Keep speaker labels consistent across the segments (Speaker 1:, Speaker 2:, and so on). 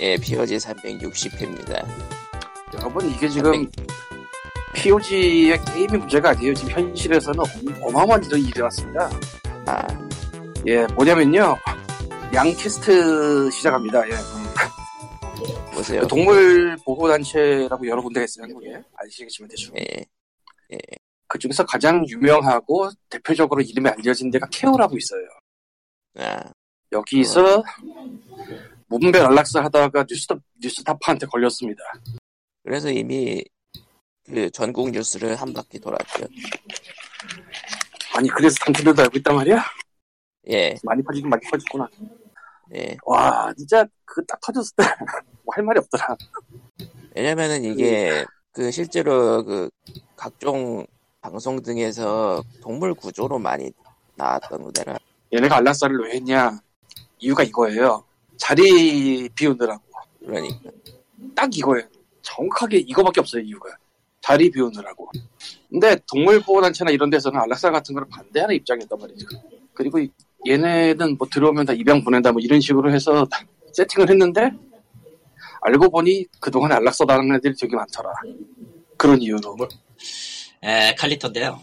Speaker 1: 예, POG 360회입니다.
Speaker 2: 여러분 이게 지금 POG의 게임이 문제가 아니에요. 지금 현실에서는 어마- 어마어마한 일이 일어났습니다.
Speaker 1: 아,
Speaker 2: 예, 뭐냐면요. 양캐스트 시작합니다. 예. 음.
Speaker 1: 보세요.
Speaker 2: 그 동물 보호 단체라고 여러 군데가 있어요, 한국에. 아시겠지만 대충.
Speaker 1: 예,
Speaker 2: 그 중에서 가장 유명하고 대표적으로 이름이 알려진 데가 케어라고 있어요.
Speaker 1: 아,
Speaker 2: 여기서 문별 안락사 하다가 뉴스타, 뉴스타파한테 걸렸습니다.
Speaker 1: 그래서 이미 그 전국 뉴스를 한 바퀴 돌았죠.
Speaker 2: 아니 그래서 당신들도 알고 있단 말이야?
Speaker 1: 예,
Speaker 2: 많이 퍼지긴 많이 퍼졌구나.
Speaker 1: 예.
Speaker 2: 와 진짜 그 딱 터졌을 때 뭐 할 말이 없더라.
Speaker 1: 왜냐면은 이게 그 실제로 그 각종 방송 등에서 동물 구조로 많이 나왔던 거잖아.
Speaker 2: 얘네가 안락사를 왜 했냐? 이유가 이거예요. 자리 비우느라고.
Speaker 1: 그러니까.
Speaker 2: 딱 이거예요. 정확하게 이거밖에 없어요 이유가. 자리 비우느라고. 근데 동물보호단체나 이런 데서는 안락사 같은 걸 반대하는 입장이었단 말이죠. 그리고 이- 얘네는 뭐 들어오면 다 입양 보낸다 뭐 이런 식으로 해서 세팅을 했는데 알고 보니 그동안 안락사 당한 애들이 되게 많더라. 그런 이유로.
Speaker 3: 에, 칼리터인데요.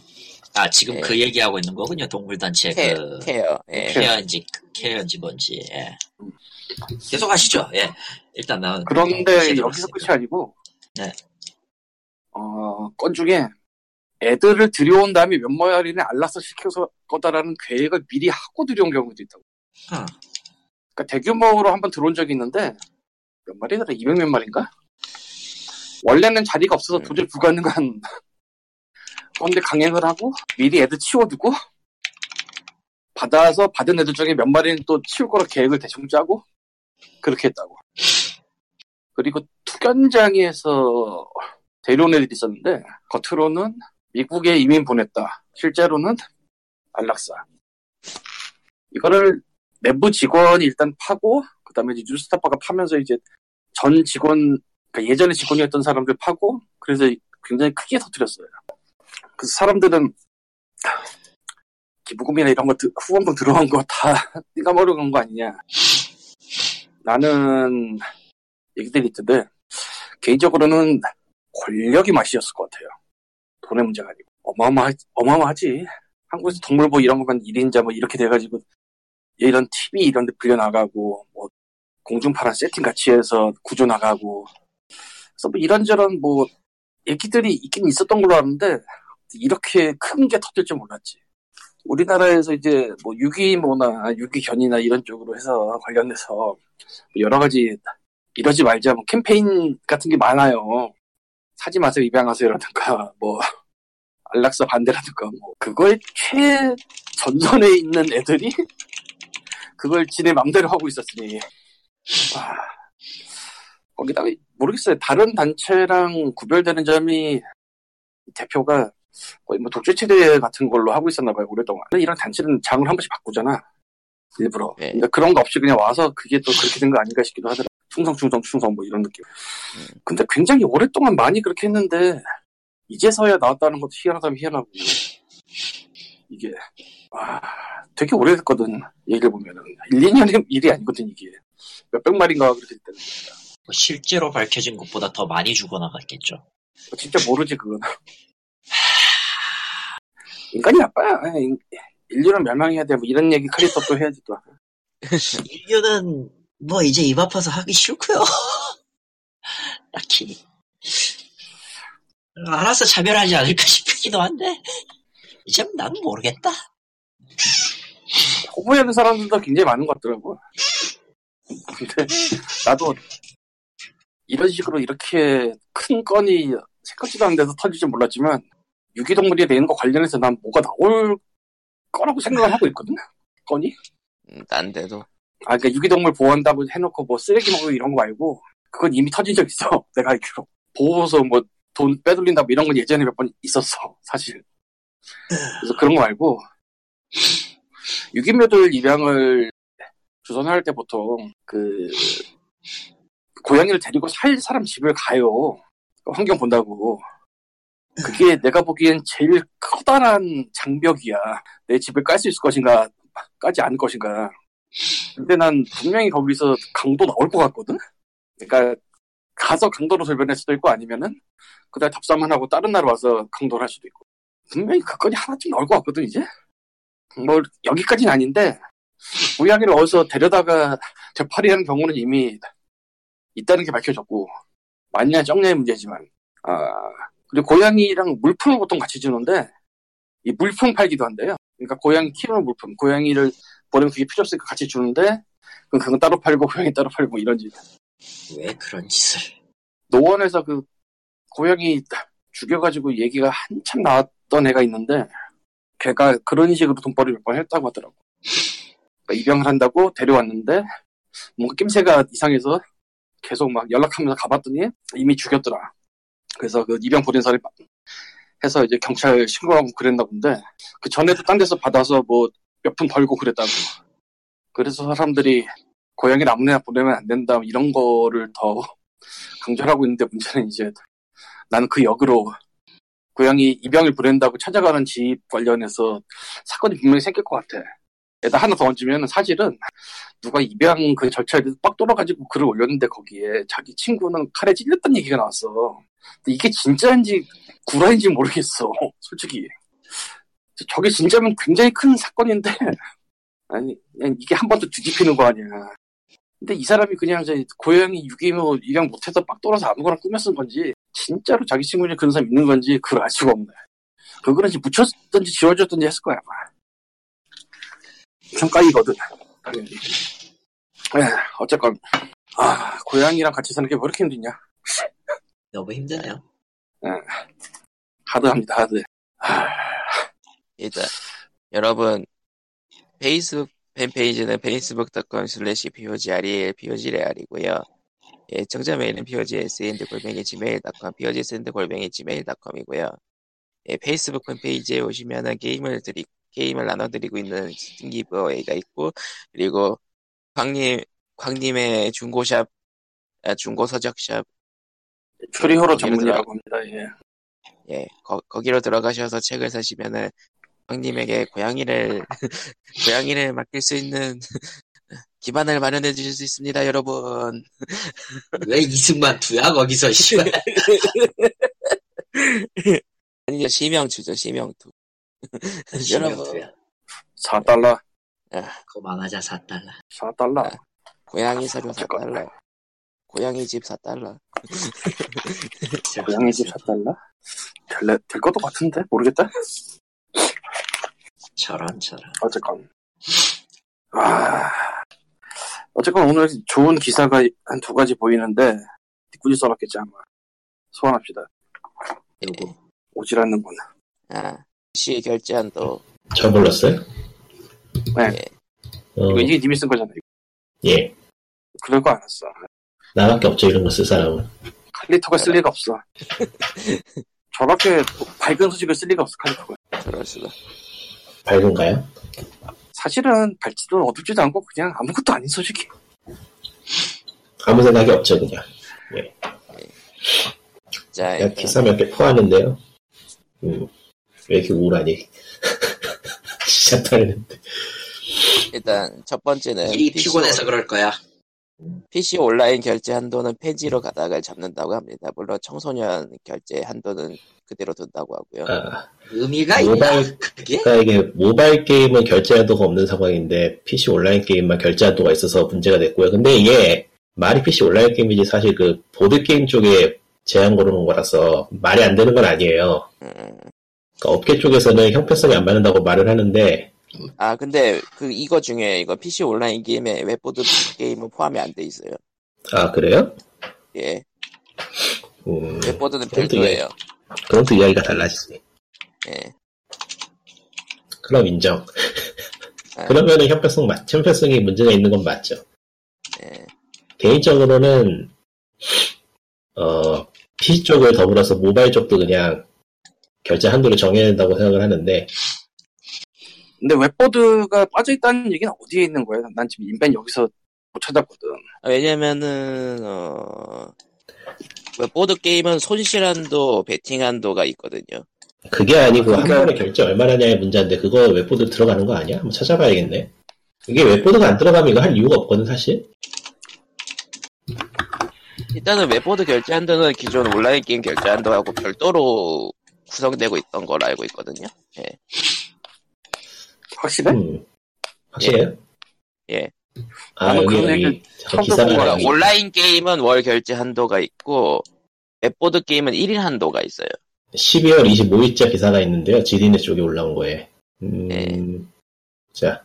Speaker 3: 아, 지금
Speaker 1: 예.
Speaker 3: 그 얘기하고 있는 거군요. 동물단체
Speaker 1: 케,
Speaker 3: 그,
Speaker 1: 케어. 예.
Speaker 3: 케어인지, 케어인지 뭔지, 예. 계속 하시죠, 예. 일단 나는.
Speaker 2: 네,
Speaker 3: 예,
Speaker 2: 그런데 여기서 끝이 아니고
Speaker 3: 네.
Speaker 2: 어, 건 중에 애들을 들여온 다음에 몇 마리는 안락사 시켜서 거다라는 계획을 미리 하고 들여온 경우도 있다고.
Speaker 3: 아.
Speaker 2: 그러니까 대규모로 한번 들어온 적이 있는데 몇 마리더라? 200 몇 마리인가? 원래는 자리가 없어서
Speaker 1: 음.
Speaker 2: 도저히 불가능한 건데 강행을 하고 미리 애들 치워두고 받아서 받은 애들 중에 몇 마리는 또 치울 거로 계획을 대충 짜고 그렇게 했다고. 그리고 투견장에서 데려온 애들이 있었는데 겉으로는 미국에 이민 보냈다. 실제로는 안락사. 이거를 내부 직원이 일단 파고 그다음에 이제 뉴스타파가 파면서 이제 전 직원 그러니까 예전에 직원이었던 사람들 파고 그래서 굉장히 크게 터뜨렸어요. 그 사람들은 기부금이나 이런 거 드- 후원금 들어간 거 다 띵가머리로 간 거 아니냐. 나는 얘기들이 있던데 개인적으로는 권력이 맛이었을 것 같아요. 돈의 문제가 아니고 어마어마 어마어마하지. 한국에서 동물보 이런 것만 1인자 뭐 이렇게 돼가지고 이런 TV 이런 데 빌려 나가고 뭐 공중파랑 세팅 같이 해서 구조 나가고 그래서 뭐 이런저런 뭐 얘기들이 있긴 있었던 걸로 아는데 이렇게 큰 게 터질 줄 몰랐지. 우리나라에서 이제 뭐 유기모나 유기견이나 이런 쪽으로 해서 관련돼서 뭐 여러 가지 이러지 말자 뭐 캠페인 같은 게 많아요. 사지 마세요 입양하세요라든가 뭐 안락사 반대라든가 뭐 그거의 최 전선에 있는 애들이 그걸 지네 맘대로 하고 있었으니 와, 거기다가 모르겠어요 다른 단체랑 구별되는 점이 대표가 거의 뭐 독재체제 같은 걸로 하고 있었나 봐요 오랫동안 근데 이런 단체는 장을 한 번씩 바꾸잖아 일부러
Speaker 1: 네.
Speaker 2: 그러니까 그런 거 없이 그냥 와서 그게 또 그렇게 된 거 아닌가 싶기도 하더라 충성 충성 충성 뭐 이런 느낌 근데 굉장히 오랫동안 많이 그렇게 했는데 이제서야 나왔다는 것도 희한하다면 희한하고 이게 와 아, 되게 오래됐거든 얘기를 보면은 1, 2년의 일이 아니거든 이게 몇백 마리인가 그렇게 됐다는 거야
Speaker 3: 뭐 실제로 밝혀진 것보다 더 많이 죽어나갔겠죠.
Speaker 2: 진짜 모르지 그건 인간이 나빠요 아니, 인- 인류는 멸망해야 돼뭐 이런 얘기 크리스톱도 해야지 또
Speaker 3: 인류는 뭐 이제 입 아파서 하기 싫고요. 딱히. 어, 알아서 차별하지 않을까 싶기도 한데, 이제 뭐 난 모르겠다.
Speaker 2: 호부하는 사람들도 굉장히 많은 것 같더라고 근데 나도 이런 식으로 이렇게 큰 건이 생각지도 않은 데서 터질 줄 몰랐지만 유기동물이 되는 거 관련해서 난 뭐가 나올 거라고 생각을 하고 있거든 건이
Speaker 1: 음, 딴 데도.
Speaker 2: 아, 그러니까 유기동물 보호한다고 해놓고 뭐 쓰레기 먹고 이런 거 말고 그건 이미 터진 적 있어. 내가 알기로 보호소 뭐 돈 빼돌린다 뭐 이런 건 예전에 몇 번 있었어 사실. 그래서 그런 거 말고 유기묘들 입양을 주선할 때 보통 그 고양이를 데리고 살 사람 집을 가요. 환경 본다고. 그게 내가 보기엔 제일 커다란 장벽이야. 내 집을 깔 수 있을 것인가, 까지 않을 것인가. 근데 난 분명히 거기서 강도 나올 것 같거든? 그러니까 가서 강도로 돌변할 수도 있고 아니면은 그날 답사만 하고 다른 날 와서 강도를 할 수도 있고 분명히 그 건이 하나쯤 나올 것 같거든 이제 뭐 여기까지는 아닌데 우양이를 어디서 데려다가 되팔이하는 경우는 이미 있다는 게 밝혀졌고 맞냐 적냐의 문제지만 아 그리고 고양이랑 물품을 보통 같이 주는데 이 물품 팔기도 한대요 그러니까 고양이 키우는 물품 고양이를 보내면 그게 필요 없으니까 같이 주는데 그럼 그건 따로 팔고 고양이 따로 팔고 뭐 이런 짓
Speaker 3: 왜 그런 짓을?
Speaker 2: 노원에서 그 고양이 죽여가지고 얘기가 한참 나왔던 애가 있는데 걔가 그런 식으로 돈벌이 몇 번 했다고 하더라고 그러니까 입양을 한다고 데려왔는데 뭔가 낌새가 이상해서 계속 막 연락하면서 가봤더니 이미 죽였더라 그래서 그 입양 보낸 사람이 막- 해서 이제 경찰 신고하고 그랬나 본데 그 전에도 딴 데서 받아서 뭐 몇 푼 벌고 그랬다고 그래서 사람들이 고양이를 아무나 보내면 안 된다 이런 거를 더 강조를 하고 있는데 문제는 이제 나는 그 역으로 고양이 입양을 보낸다고 찾아가는 집 관련해서 사건이 분명히 생길 것 같아. 에다 하나 더 얹으면 사실은 누가 입양 그 절차를 빡 돌아가지고 글을 올렸는데 거기에 자기 친구는 칼에 찔렸다는 얘기가 나왔어. 근데 이게 진짜인지 구라인지 모르겠어. 솔직히. 저게 진짜면 굉장히 큰 사건인데 아니 그냥 이게 한 번 더 뒤집히는 거 아니야. 근데 이 사람이 그냥 이제 고양이 유기묘 입양 못해서 빡 돌아서 아무거나 꾸몄은 건지 진짜로 자기 친구에 그런 사람 있는 건지 그걸 알 수가 없네. 그거는 이제 묻혔든지 지워줬든지 했을 거야 아마. 평가이거든. 당연히. 에, 어쨌건 아 고양이랑 같이 사는 게 왜 이렇게 힘드냐.
Speaker 3: 너무 힘드네요.
Speaker 2: 하드합니다 아, 하드.
Speaker 1: 일단 여러분 페이스북 팬페이지는 facebook.com slash pogreal pogreal이고요. 예, 정자 메일은 pogsend 골뱅이 gmail.com pogsend 골뱅이 gmail.com이고요. 예, 페이스북 홈페이지에 오시면은 게임을 드리 게임을 나눠드리고 있는 스팀 기브웨이가 있고 그리고 광님 광님의 중고샵 아, 중고 서적샵
Speaker 2: 추리호로 전문이라고 합니다. 예.
Speaker 1: 예, 거, 거기로 들어가셔서 책을 사시면은 형님에게 고양이를 고양이를 맡길 수 있는 기반을 마련해 주실 수 있습니다, 여러분.
Speaker 3: 왜 이승만 두야 거기서 씨발.
Speaker 1: 아니죠, 심형투죠, 심형투. 여러분.
Speaker 3: 두야.
Speaker 2: 4달러
Speaker 3: 그거 망하자 4달러.
Speaker 2: 4달러
Speaker 1: 고양이 사료
Speaker 2: 어쩔 거야.
Speaker 1: 4달러. 고양이 집 4달러.
Speaker 2: 고양이 그 집 4달러? 될래, 될 것도 같은데 모르겠다.
Speaker 3: 저런 저런.
Speaker 2: 어쨌건 아 어쨌건 오늘 좋은 기사가 한 두 가지 보이는데 굳이 써놨겠지 아마 소환합시다
Speaker 1: 예.
Speaker 2: 오질 않는군
Speaker 1: 아, 시 결제한도
Speaker 4: 저 몰랐어요?
Speaker 2: 네.
Speaker 4: 어,
Speaker 2: 이거 이게 님이 쓴 거잖아 이거.
Speaker 4: 예.
Speaker 2: 그럴 거 알았어
Speaker 4: 나밖에 없죠, 이런 거 쓸 사람은.
Speaker 2: 칼리터가 쓸 리가 없어 저렇게 밝은 소식을 쓸 리가 없어 칼리터가
Speaker 1: 그럴 수가.
Speaker 4: 밝은가요?
Speaker 2: 사실은 밝지도 어둡지도 않고 그냥 아무것도 아닌 소식이
Speaker 4: 아무 생각이 없죠, 그냥.
Speaker 1: 자,
Speaker 2: 아,
Speaker 4: 그냥
Speaker 1: 일단
Speaker 2: 예.
Speaker 4: 기사 몇 개 포하는데요. 음, 왜 이렇게 우울하니? 진짜 다르는데.
Speaker 1: 일단 첫 번째는
Speaker 3: 일이
Speaker 1: PC
Speaker 3: 피곤해서 그럴 거야.
Speaker 1: PC 온라인 결제 한도는 폐지로 가닥을 잡는다고 합니다. 물론 청소년 결제 한도는 그대로 둔다고 하고요.
Speaker 4: 아,
Speaker 3: 의미가 있나?
Speaker 4: 모바일,
Speaker 3: 그게?
Speaker 4: 그러니까 이게 모바일 게임은 결제한도가 없는 상황인데, PC 온라인 게임만 결제한도가 있어서 문제가 됐고요. 근데 이게 말이 PC 온라인 게임이지 사실 그 보드게임 쪽에 제한 걸어놓은 거라서 말이 안 되는 건 아니에요.
Speaker 1: 음.
Speaker 4: 그러니까 업계 쪽에서는 형평성이 안 맞는다고 말을 하는데,
Speaker 1: 아 근데 그 이거 중에 이거 PC 온라인 게임에 웹보드 게임은 포함이 안 돼 있어요.
Speaker 4: 아, 그래요?
Speaker 1: 예,
Speaker 4: 음,
Speaker 1: 웹보드는
Speaker 4: 그건 또
Speaker 1: 별도예요.
Speaker 4: 그럼 또 이야기가 달라지지.
Speaker 1: 예,
Speaker 4: 그럼 인정.
Speaker 1: 아.
Speaker 4: 그러면은 형평성 맞, 형평성이 문제가 있는 건 맞죠.
Speaker 1: 예.
Speaker 4: 개인적으로는, 어, PC 쪽을 더불어서 모바일 쪽도 그냥 결제 한도를 정해야 된다고 생각을 하는데,
Speaker 2: 근데 웹보드가 빠져있다는 얘기는 어디에 있는 거야 난 지금 인벤 여기서 못 찾았거든
Speaker 1: 아, 왜냐면은 어 웹보드 게임은 손실한도, 베팅한도가 있거든요.
Speaker 4: 그게 아니고 한
Speaker 2: 그러니까-
Speaker 4: 번에 결제 얼마나냐의 문제인데, 그거 웹보드 들어가는 거 아니야? 한번 찾아봐야겠네. 이게 웹보드가 안 들어가면 이거 할 이유가 없거든, 사실?
Speaker 1: 일단은 웹보드 결제 한도는 기존 온라인 게임 결제 한도하고 별도로 구성되고 있던 걸 알고 있거든요.
Speaker 2: 확실해?
Speaker 4: 음. 확실해요?
Speaker 1: 예.
Speaker 4: 아,
Speaker 2: 나는
Speaker 4: 여기,
Speaker 2: 그런
Speaker 4: 여기,
Speaker 2: 얘기를
Speaker 4: 잠깐
Speaker 2: 처음 들어본
Speaker 4: 기사가
Speaker 1: 그러니까
Speaker 2: 아니.
Speaker 1: 온라인 게임은 월 결제 한도가 있고 웹보드 게임은 1일 한도가 있어요.
Speaker 4: 12월 25일자 기사가 있는데요. 지디네 쪽에 올라온 거에. 음,
Speaker 1: 네.
Speaker 4: 자.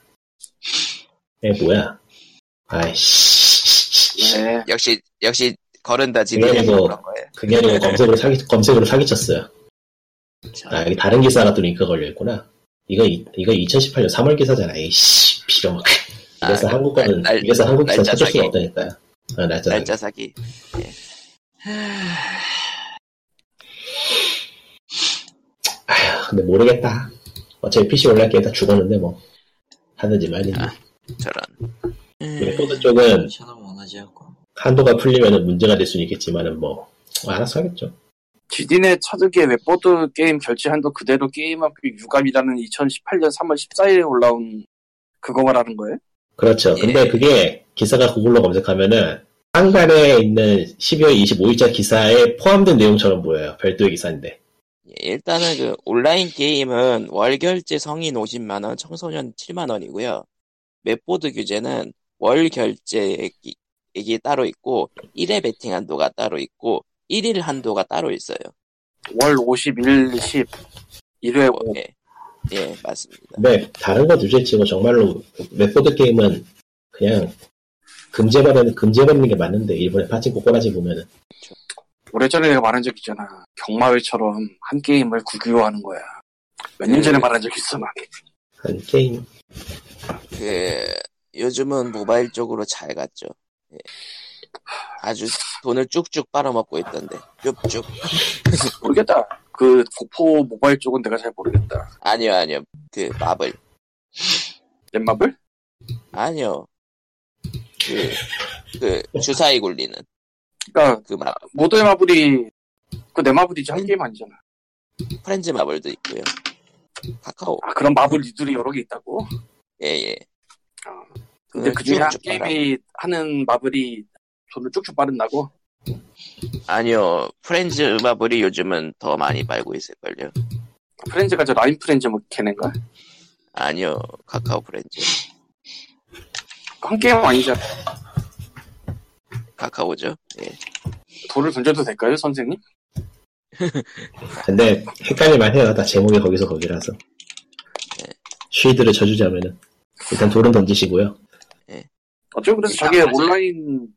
Speaker 4: 에, 뭐야. 아이씨.
Speaker 2: 네.
Speaker 1: 역시 역시 거른다 지는
Speaker 4: 그래서-
Speaker 1: 그런 거예요.
Speaker 4: 그게 아니고 검색으로 사기, 검색으로 사기쳤어요. 아, 여기 다른 기사가 또 링크 걸려있구나. 이거, 이- 이거 2018년 3월 기사잖아. 이씨, 빌어먹.
Speaker 1: 아,
Speaker 4: 이래서 한국 거는,
Speaker 1: 날-
Speaker 4: 이래서 한국 기사
Speaker 1: 날짜
Speaker 4: 찾을 수가
Speaker 1: 사기.
Speaker 4: 없다니까요. 아, 날짜 사기.
Speaker 1: 날짜 사기.
Speaker 4: 아휴, 근데 모르겠다. 어차피 PC 올라갈 게다 죽었는데 뭐. 하든지 말든지.
Speaker 1: 아. 네. 저런.
Speaker 4: 웹보드 쪽은
Speaker 3: 저는 원하지 않고.
Speaker 4: 한도가 풀리면 문제가 될 수는 있겠지만은 뭐 알아서 하겠죠.
Speaker 2: 지딘의 찾을게 웹보드 게임 결제 한도 그대로 게임학교 유감이라는 2018년 3월 14일에 올라온 그거 말하는 거예요?
Speaker 4: 그렇죠.
Speaker 1: 예.
Speaker 4: 근데 그게 기사가 구글로 검색하면은 한간에 있는 12월 25일자 기사에 포함된 내용처럼 보여요. 별도의 기사인데.
Speaker 1: 예, 일단은 그 온라인 게임은 월 결제 성인 50만 원, 청소년 7만 원이고요. 웹보드 규제는 월 결제액이 액이 따로 있고 1회 베팅 한도가 따로 있고 1일 한도가 따로 있어요.
Speaker 2: 월 51, 10, 1회
Speaker 1: 어, 예. 예, 맞습니다.
Speaker 4: 근데 다른 거 둘째치고 정말로 웹보드 게임은 그냥 금제받는 금제받는 게 맞는데 일본의 파칭코 꼬라지 보면은
Speaker 2: 오래전에 내가 말한 적 있잖아. 경마회처럼 한 게임을 국유화하는 거야. 몇 년 전에 말한 적 있어, 막.
Speaker 4: 한 게임
Speaker 1: 그 요즘은 모바일 쪽으로 잘 갔죠. 예. 아주 돈을 쭉쭉 빨아먹고 있던데. 쭉쭉.
Speaker 2: 모르겠다. 그 국포 모바일 쪽은 내가 잘 모르겠다.
Speaker 1: 아니요, 아니요. 그 마블.
Speaker 2: 넷마블?
Speaker 1: 아니요. 그, 그 주사위 굴리는
Speaker 2: 그러니까
Speaker 1: 그 마블.
Speaker 2: 모델 마블이 그 넷마블이지 한 게임 아니잖아.
Speaker 1: 프렌즈 마블도 있고요. 카카오.
Speaker 2: 아, 그런 마블 이들이 여러 개 있다고?
Speaker 1: 예, 예.
Speaker 2: 아, 근데 그 중에 한 게임이 하는 마블이 돈을 쭉쭉 빠른다고?
Speaker 1: 아니요. 프렌즈 마블이 요즘은 더 많이 빨고 있을걸요.
Speaker 2: 프렌즈가 저 라인 프렌즈 뭐 걔네인가?
Speaker 1: 아니요. 카카오 프렌즈.
Speaker 2: 한 게임 아니잖아.
Speaker 1: 카카오죠. 예.
Speaker 2: 돈을 던져도 될까요, 선생님?
Speaker 4: 근데 헷갈릴만 해요. 다 제목이 거기서 거기라서. 쉴드를 쳐주자면은 일단 돌은 던지시고요.
Speaker 2: 어쩌면 그래서 저게 온라인,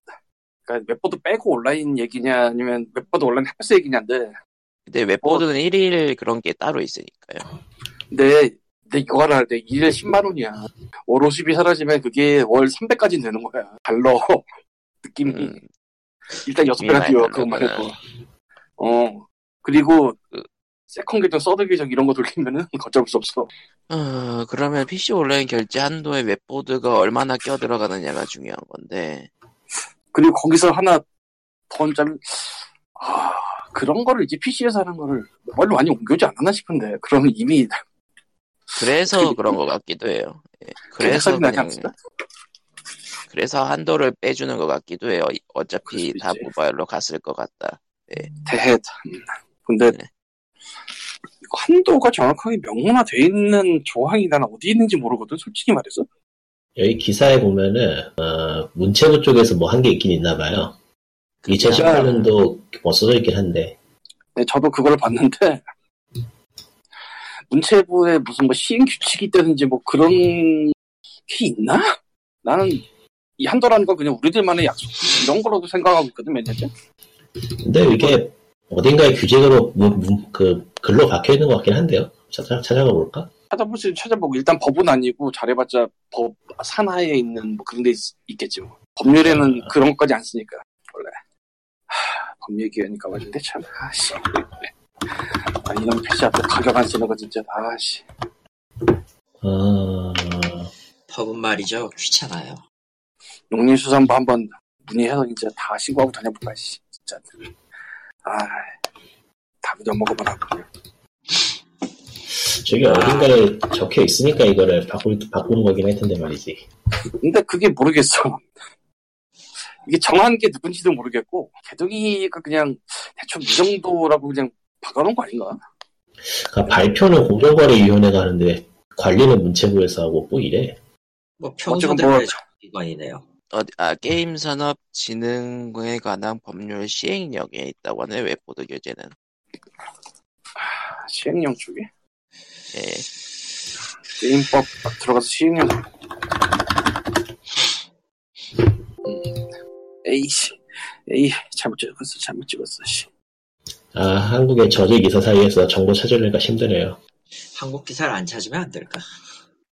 Speaker 2: 그러니까 웹보드 빼고 온라인 얘기냐, 아니면 웹보드 온라인 합세 얘기냐인데,
Speaker 1: 근데 웹보드는
Speaker 2: 어.
Speaker 1: 1일 그런 게 따로 있으니까요.
Speaker 2: 근데, 근데 이거 하나, 내 일에 10만 원이야. 월 50이 사라지면 그게 월 300까지 되는 거야. 달러. 느낌이.
Speaker 1: 음,
Speaker 2: 일단 여섯 배가
Speaker 1: 미나이
Speaker 2: 뛰어
Speaker 1: 달러구나.
Speaker 2: 그것만 해도 어 그리고 그 세컨 계정 서드 계정 이런 거 돌리면은 걷잡을 수 없어
Speaker 1: 어, 그러면 PC 온라인 결제 한도에 웹보드가 얼마나 껴들어가느냐가 중요한 건데.
Speaker 2: 그리고 거기서 하나 더점아 그런 거를 이제 PC에서 하는 거를 모바일로 많이 옮겨오지 않았나 싶은데 그러면 이미
Speaker 1: 그래서 그런 것 같기도 해요. 예. 그래서
Speaker 2: 소리 나지
Speaker 1: 그냥
Speaker 2: 않습니까?
Speaker 1: 그래서 한도를 빼주는 것 같기도 해요. 이-
Speaker 2: 그럴
Speaker 1: 어차피
Speaker 2: 수도
Speaker 1: 다
Speaker 2: 있지.
Speaker 1: 모바일로 갔을 것 같다.
Speaker 2: 대해 근데
Speaker 1: 네.
Speaker 2: 이거 한도가 정확하게 명문화돼 있는 조항이 난 어디 있는지 모르거든 솔직히 말해서
Speaker 4: 여기 기사에 보면은 어, 문체부 쪽에서 뭐 한 게 있긴 있나 봐요. 그 2018년도 뭐 써져 있긴 한데
Speaker 2: 네, 저도 그걸 봤는데 문체부에 무슨 뭐 시행 규칙이 있다든지 뭐 그런 게 있나? 나는 이 한도라는 건 그냥 우리들만의 약속 이런 거라고 생각하고 있거든 몇 년째.
Speaker 4: 근데 이게 어딘가에 규제로 문- 문- 그 글로 박혀 있는 것 같긴 한데요. 찾아, 찾아가 볼까?
Speaker 2: 찾아볼 수 있으면 찾아보고 일단 법은 아니고 잘해봤자 법 산하에 있는 뭐 그런 데 있, 겠지 뭐. 법률에는 그런 것까지 안 쓰니까 원래 하, 법 얘기하니까 말인데 참 아씨 아, 이놈 PC 앞에 가격 안 쓰는 거 진짜 아씨
Speaker 4: 어,
Speaker 3: 법은 말이죠. 귀찮아요.
Speaker 2: 농림수산부 한번 문의해서 이제 다 신고하고 다녀볼까, 씨. 진짜. 아, 답이도 먹어보라.
Speaker 4: 저기 어딘가에 적혀 있으니까 이거를 바꾸, 바꾸는 거긴 할 텐데 말이지.
Speaker 2: 근데 그게 모르겠어. 이게 정한 게 누군지도 모르겠고 개둥이가 그냥 대충 이 정도라고 그냥 박아놓은 거 아닌가?
Speaker 4: 그러니까 발표는 공정거래위원회가 하는데 관리는 문체부에서 하고 뭐 이래.
Speaker 3: 뭐
Speaker 2: 어쨌건
Speaker 3: 평소대로의
Speaker 2: 뭐-
Speaker 3: 정기관이네요.
Speaker 1: 어디- 아, 게임산업진흥에 관한 법률 시행령에 있다고 하네, 웹보드 규제는.
Speaker 2: 시행령 쪽에
Speaker 1: 예.
Speaker 2: 게임법 막 들어가서 시행령. 음, 에이씨, 에이 잘못 찍었어, 잘못 찍었어. 씨.
Speaker 4: 아 한국의 저질 기사 사이에서 정보 찾으려니까 힘드네요.
Speaker 3: 한국 기사를 안 찾으면 안 될까?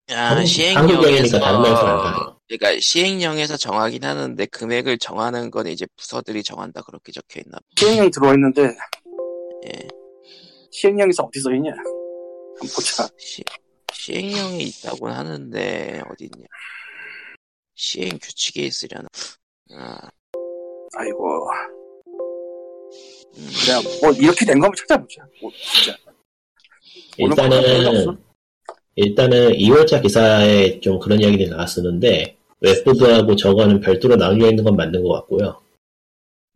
Speaker 1: 아,
Speaker 4: 한국- 한국령이니까
Speaker 1: 시행령에서,
Speaker 4: 다른 나라에서는 안 가요.
Speaker 1: 그러니까 시행령에서 정하긴 하는데 금액을 정하는 건 이제 부서들이 정한다 그렇게 적혀 있나 봐.
Speaker 2: 시행령 들어와 있는데
Speaker 1: 예.
Speaker 2: 시행령에서 어디서 있냐? 한번 보자.
Speaker 1: 시, 시행령이 있다고 하는데 어딨냐? 시행 규칙에 있으려나? 아,
Speaker 2: 아이고,
Speaker 1: 음.
Speaker 2: 그냥 뭐 이렇게 된 거 한번 찾아보자. 뭐 진짜. 오늘 방송 없어?
Speaker 4: 일단은 일단은 2월자 기사에 좀 그런 이야기들이 나왔었는데 웹보드하고 저거는 별도로 나뉘어 있는 건 맞는 것 같고요.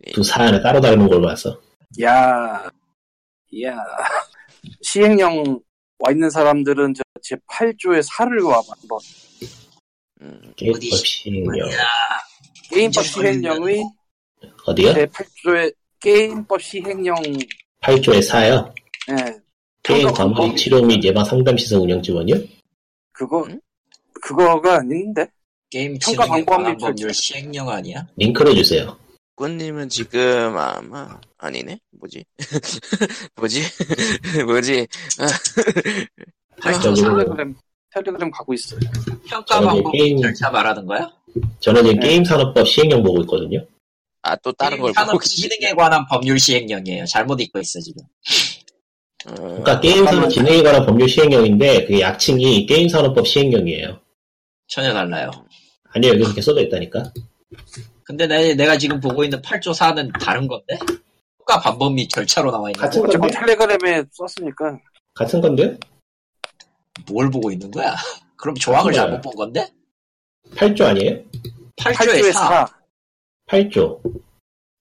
Speaker 2: 예.
Speaker 4: 두 사안을 따로 다루는 걸로 봐서
Speaker 2: 야, 야. 시행령 와 있는 사람들은 저제 8조의 4를 와봐. 뭐 한번.
Speaker 1: 음.
Speaker 4: 게임
Speaker 3: 어디
Speaker 4: 법시행령
Speaker 3: 야,
Speaker 2: 게임법
Speaker 3: 진짜
Speaker 2: 시행령의
Speaker 4: 어디요?
Speaker 2: 제 8조의 게임법 시행령
Speaker 4: 8조의 4요.
Speaker 2: 예,
Speaker 4: 게임
Speaker 2: 그거
Speaker 4: 관리
Speaker 2: 그거.
Speaker 4: 치료 및 예방 상담 시설 운영 지원이요?
Speaker 2: 그거
Speaker 1: 응?
Speaker 2: 그거가 아닌데
Speaker 3: 게임
Speaker 2: 평가
Speaker 3: 치는
Speaker 2: 광고
Speaker 3: 관한
Speaker 2: 합리
Speaker 3: 법률
Speaker 2: 철저.
Speaker 3: 시행령 아니야?
Speaker 4: 링크로 주세요.
Speaker 1: 군님은 지금 아마 아니네? 뭐지? 뭐지? 뭐지?
Speaker 4: 저기
Speaker 3: 발전사
Speaker 4: 뭐야.
Speaker 2: 텔레그램 텔레그램 가고 있어요.
Speaker 3: 평가
Speaker 4: 저기
Speaker 3: 방법
Speaker 4: 게임-
Speaker 3: 절차 말하는 거야?
Speaker 4: 저는 지금
Speaker 2: 네.
Speaker 4: 게임 산업법 시행령 보고 있거든요.
Speaker 1: 아 또 다른 걸 보고
Speaker 3: 산업
Speaker 1: 있지.
Speaker 3: 기능에 관한 법률 시행령이에요. 잘못 읽고 있어 지금.
Speaker 1: 어,
Speaker 4: 그러니까 게임 산업
Speaker 2: 아, 잠깐만요.
Speaker 4: 진흥에 관한 법률 시행령인데 그 약칭이 게임 산업법 시행령이에요.
Speaker 3: 전혀 달라요.
Speaker 4: 아니요 여기 이렇게 써져 있다니까.
Speaker 3: 근데 내, 내가 지금 보고 있는 8조 4는 다른 건데? 평가 방법 및 절차로 나와 있는
Speaker 4: 같은
Speaker 3: 거.
Speaker 2: 어쨌건
Speaker 4: 건데?
Speaker 2: 텔레그램에 썼으니까
Speaker 4: 같은 건데?
Speaker 3: 뭘 보고 있는 거야? 그럼 조항을
Speaker 4: 그거야.
Speaker 3: 잘못 본 건데?
Speaker 4: 8조 아니에요?
Speaker 3: 8조의
Speaker 2: 8조의
Speaker 3: 4.
Speaker 2: 4.
Speaker 4: 8조.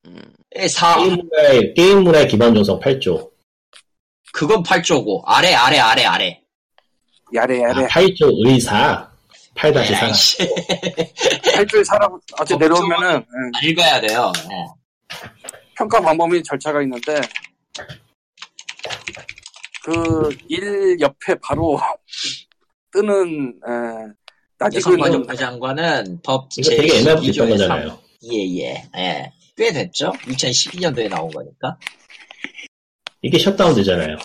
Speaker 1: 음.
Speaker 3: 의 4.
Speaker 4: 게임 문화의, 게임 문화의 기반 조성 8조.
Speaker 3: 그건 8조고 아래 아래 아래 아래.
Speaker 2: 야래
Speaker 4: 아,
Speaker 3: 네.
Speaker 2: 야래
Speaker 4: 8조 의사. 8-4.
Speaker 3: 아이씨,
Speaker 2: 8조의 4라고 어째 내려오면은 예,
Speaker 3: 안 읽어야 돼요. 예.
Speaker 2: 평가 방법 및 절차가 있는데 그 일 옆에 바로 뜨는 예, 에, 나직은
Speaker 3: 여성가족 부장관은 법
Speaker 4: 이거 되게 옛날부터 있던
Speaker 3: 제12조의 3.
Speaker 4: 거잖아요.
Speaker 3: 예예. 예. 꽤 됐죠? 2012년도에 나온 거니까.
Speaker 4: 이게 셧다운 되잖아요.